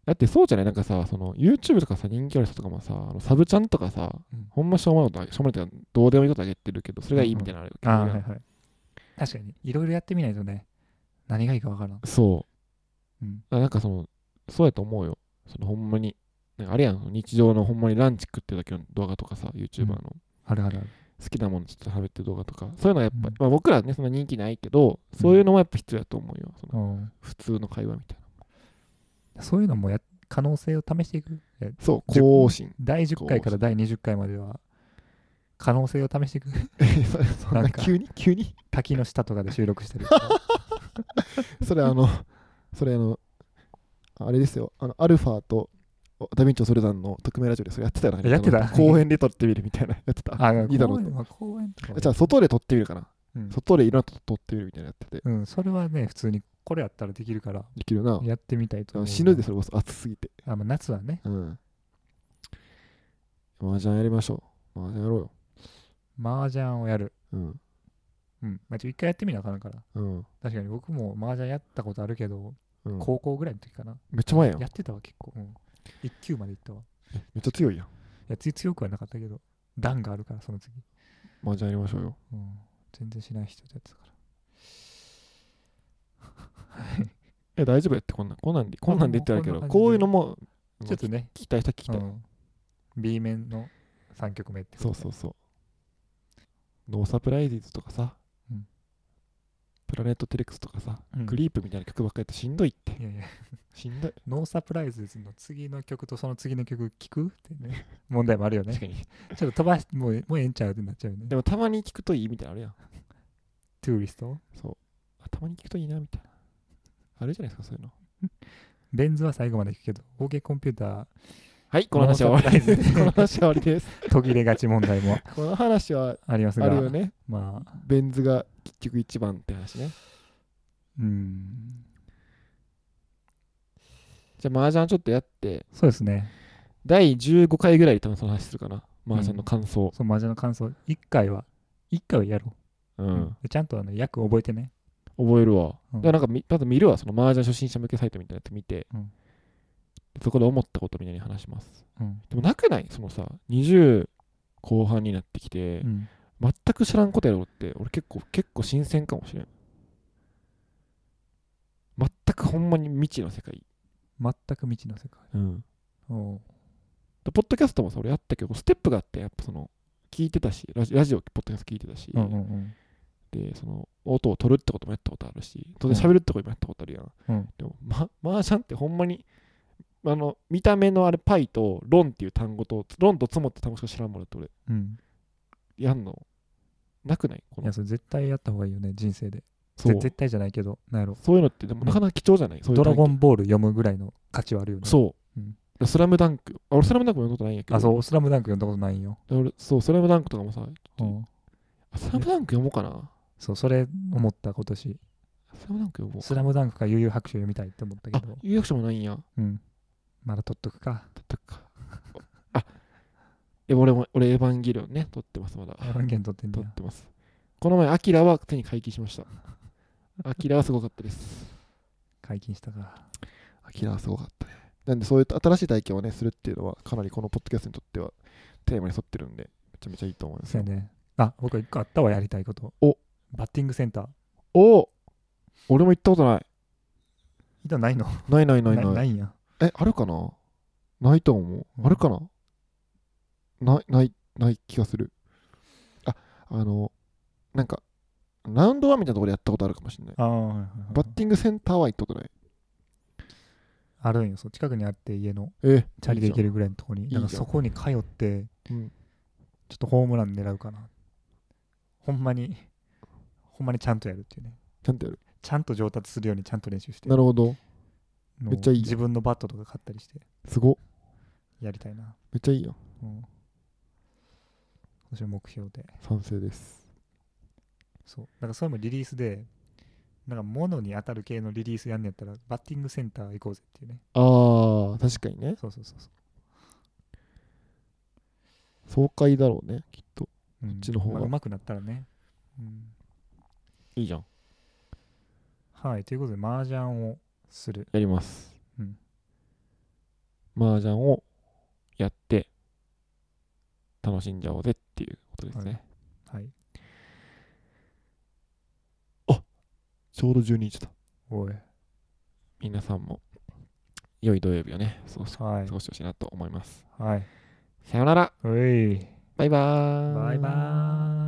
Speaker 3: だってそうじゃないなんかさ、その YouTube とかさ、人気ある人とかもさ、あのサブちゃんとかさ、
Speaker 2: うん
Speaker 3: ほんましょうもないこと、しょうもないというかどうでもいいことあげてるけど、それがいいみたいなのあるけど
Speaker 2: ああ、はいはい。確かに、いろいろやってみないとね、何がいいかわからん。
Speaker 3: そ
Speaker 2: うん。
Speaker 3: う。あなんかその、そうやと思うよ。そのほんまに、なんかあれやん、日常のほんまにランチ食ってるだけの動画とかさ、YouTuber の、
Speaker 2: うんあるあるある。
Speaker 3: 好きなものちょっと食べてる動画とか、そういうのはやっぱ、
Speaker 2: うん
Speaker 3: まあ僕らね、そんな人気ないけど、そういうのもやっぱ必要だと思うよ。その
Speaker 2: うん、
Speaker 3: 普通の会話みたいな。
Speaker 2: そういうのもや可能性を試していく。え
Speaker 3: そう、
Speaker 2: じゅ
Speaker 3: 更新。
Speaker 2: 第10回から第20回までは、可能性を試していく。
Speaker 3: そそんな
Speaker 2: なんか
Speaker 3: 急に急に
Speaker 2: 滝の下とかで収録 してる。
Speaker 3: それあの、それあの、あれですよ、あの、アルファとおダヴィンチョ・ソレダンの匿名ラジオでそれやってたよね。
Speaker 2: やってた
Speaker 3: あの公園で撮ってみるみたいな。やってた。
Speaker 2: あ、
Speaker 3: いいだろ
Speaker 2: 公
Speaker 3: うと
Speaker 2: 園は公園とかは。
Speaker 3: じゃあ、外で撮ってみるかな。
Speaker 2: うん
Speaker 3: 外でいろんなとこ撮ってみるみたいなのやってて。
Speaker 2: うん、それはね、普通にこれやったらできるから、
Speaker 3: できるな。
Speaker 2: やってみたいと思うな。
Speaker 3: 死ぬで、それこそ暑すぎて。
Speaker 2: あ、まあ、夏はね、
Speaker 3: うん。麻雀やりましょう。麻雀やろうよ。
Speaker 2: 麻雀をやる。
Speaker 3: うん。
Speaker 2: うん。まあ、ちょ一回やってみなあかんから。
Speaker 3: うん。
Speaker 2: 確かに僕も麻雀やったことあるけど、
Speaker 3: うん、
Speaker 2: 高校ぐらいの時かな。
Speaker 3: めっちゃ前やん。め
Speaker 2: や
Speaker 3: っ
Speaker 2: ってたわ、結構。うん。1級まで行ったわ。
Speaker 3: ちゃ強いやん。
Speaker 2: いや、つ強くはなかったけど、段があるから、その次。
Speaker 3: 麻雀やりましょうよ。
Speaker 2: うん。全然しない人とやってたから。
Speaker 3: え、大丈夫やって、こんなん、こんなんで、こんなんで言ってあるけ
Speaker 2: こん
Speaker 3: ど、
Speaker 2: な感じで
Speaker 3: こういうのも、
Speaker 2: ちょっとね、
Speaker 3: 聞きたい人は聞きたい。
Speaker 2: うん、B 面の3曲目ってこと
Speaker 3: そうそうそう。ノーサプライズとかさ、
Speaker 2: うん
Speaker 3: プラネットテレックスとかさ、
Speaker 2: うん
Speaker 3: クリープみたいな曲ばっかりやってしんどいって。
Speaker 2: いやいや
Speaker 3: しんどい。
Speaker 2: ノーサプライズズの次の曲とその次の曲聞くってね 問題もあるよね
Speaker 3: 確かに。
Speaker 2: ちょっと飛ばしもうもうええんちゃうってなっちゃうよね
Speaker 3: でもたまに聞くといいみたいなのあるやん。
Speaker 2: トゥーリスト
Speaker 3: そう。あたまに聞くといいなみたいな。あるじゃないですか、そういうの。
Speaker 2: ベンズは最後まで聞くけど OK コンピュータ
Speaker 3: はい、この話は終わり
Speaker 2: ノ
Speaker 3: で
Speaker 2: ーサプライ
Speaker 3: す。
Speaker 2: ズ
Speaker 3: この話は終わりです。
Speaker 2: ー途切れがち問題も
Speaker 3: この話は
Speaker 2: ありますが
Speaker 3: あるよ ね。
Speaker 2: まあ
Speaker 3: ベンズが結局一番って話ね。
Speaker 2: うん
Speaker 3: じゃあ、麻雀ちょっとやって、
Speaker 2: そうですね
Speaker 3: 第15回ぐらいで多分その話するかな。麻雀の感想。
Speaker 2: そうマージャンの感想1回は1回はやろ
Speaker 3: うん。
Speaker 2: う、でちゃんとあの役覚えてね
Speaker 3: 覚えるわ。
Speaker 2: うん
Speaker 3: だからなんかみ、まず見るわ。その麻雀初心者向けサイトみたいなやつ見て、
Speaker 2: うん
Speaker 3: そこで思ったことみたいに話します。
Speaker 2: うん、
Speaker 3: でもなくないそのさ、20後半になってきて、
Speaker 2: うん、
Speaker 3: 全く知らんことやろうって、俺結構、結構新鮮かもしれん。全くほんまに未知の世界。
Speaker 2: 全く未知の世界
Speaker 3: うん。
Speaker 2: おう
Speaker 3: でポッドキャストもさ、俺やったけど、ステップがあって、やっぱその、聞いてたし、ラジラジオ、ポッドキャスト聞いてたし、
Speaker 2: うんうんうん
Speaker 3: で、その、音を取るってこともやったことあるし、当然喋るってこともやったことあるやん。
Speaker 2: うん
Speaker 3: でも、ま、マーシャンってほんまに、あの、見た目のあれ、パイと、ロンっていう単語と、ロンとツモって単語しか知らんもんだって俺、
Speaker 2: うん
Speaker 3: やんの、なくないこ
Speaker 2: いや
Speaker 3: の
Speaker 2: それ絶対やった方がいいよね人生で
Speaker 3: そ
Speaker 2: ぜ
Speaker 3: う
Speaker 2: 絶対じゃないけどなんやろ
Speaker 3: そういうのって、でもなかなか貴重じゃないそういう
Speaker 2: ドラゴ
Speaker 3: 体
Speaker 2: ンボール読むぐらいの価値はあるよね
Speaker 3: 験そう。
Speaker 2: う
Speaker 3: だ
Speaker 2: ん
Speaker 3: からスラムダンク。あ俺、スラムダンクも読んだことないんやけど。
Speaker 2: あそう「スラムダンク読んだことないんよ、
Speaker 3: で俺そう、スラムダンクとかもさ、
Speaker 2: うん
Speaker 3: あスラムダンク読もうかな。
Speaker 2: そうそれ思った今年
Speaker 3: スラムダンク読も
Speaker 2: 「
Speaker 3: う。
Speaker 2: スラムダンクか悠々白書読みたいって思った
Speaker 3: あ
Speaker 2: けど、
Speaker 3: 有役者もないんや。
Speaker 2: うん、まだ取っとくか
Speaker 3: だったか。あ、でも俺も、俺、エヴァンゲリオンね、撮ってます、まだ。
Speaker 2: エヴァンゲン取ってんだ
Speaker 3: 撮ってます。この前、アキラは手に解禁しま した。アキラはすごかったです。
Speaker 2: 解禁したか
Speaker 3: アキラはすごかったね。なんで、そういう新しい体験をね、するっていうのは、かなりこのポッドキャストにとっては、テーマに沿ってるんで、めちゃめちゃいいと思います
Speaker 2: そう
Speaker 3: よ。
Speaker 2: やねあ僕一個あったわやりたいこと
Speaker 3: お
Speaker 2: バッティングセンター行
Speaker 3: おお俺も行ったことない。
Speaker 2: ったないの
Speaker 3: ないないないない。
Speaker 2: なないんや
Speaker 3: え、あるかなないと思
Speaker 2: う
Speaker 3: う。
Speaker 2: ん
Speaker 3: あるかなない、ない、ない気がする。あ、あの、なんか、ラウンドワンみたいなところでやったことあるかもしれない。
Speaker 2: ああ、はいはいはい
Speaker 3: バッティングセンターは行ったことない。
Speaker 2: あるんよそう近くにあって家の
Speaker 3: え、
Speaker 2: チャリで行け
Speaker 3: る。
Speaker 2: るぐらいのとこに
Speaker 3: いじ
Speaker 2: だ
Speaker 3: ゃん
Speaker 2: からそこに通って
Speaker 3: うん
Speaker 2: ちょっとホームラン狙うかなほんまにほんまにちゃんとやるっていうね
Speaker 3: ちゃんとやる。
Speaker 2: ちゃんと上達するようにちゃんと練習して
Speaker 3: なるほど。
Speaker 2: もう
Speaker 3: めっちゃいいやん
Speaker 2: 自分のバットとか買ったりして
Speaker 3: すごっ。
Speaker 2: やりたいな、
Speaker 3: めっちゃいいよ。
Speaker 2: うん、それ目標で
Speaker 3: 賛成です。
Speaker 2: そうだからそれもリリースでなんか物に当たる系のリリースやんねやったらバッティングセンター行こうぜっていうね
Speaker 3: あー、確かにね。
Speaker 2: そうそうそうそ
Speaker 3: 爽快だろうね、きっと。
Speaker 2: う、うん、
Speaker 3: こっちの方が
Speaker 2: まあ、上手くなったらね、うん、
Speaker 3: いいじゃん。
Speaker 2: はいということで麻雀をする
Speaker 3: やります。
Speaker 2: うん。
Speaker 3: 麻雀をやって、楽しんじゃおうぜっていうことですね。
Speaker 2: はい
Speaker 3: ちょうど12日だ。
Speaker 2: おい
Speaker 3: 皆さんも良い土曜日をね、過ごし
Speaker 2: は
Speaker 3: 過ごしてほしいなと思います。
Speaker 2: いはい
Speaker 3: さよなら
Speaker 2: おい
Speaker 3: バイバーイ
Speaker 2: バイバーイ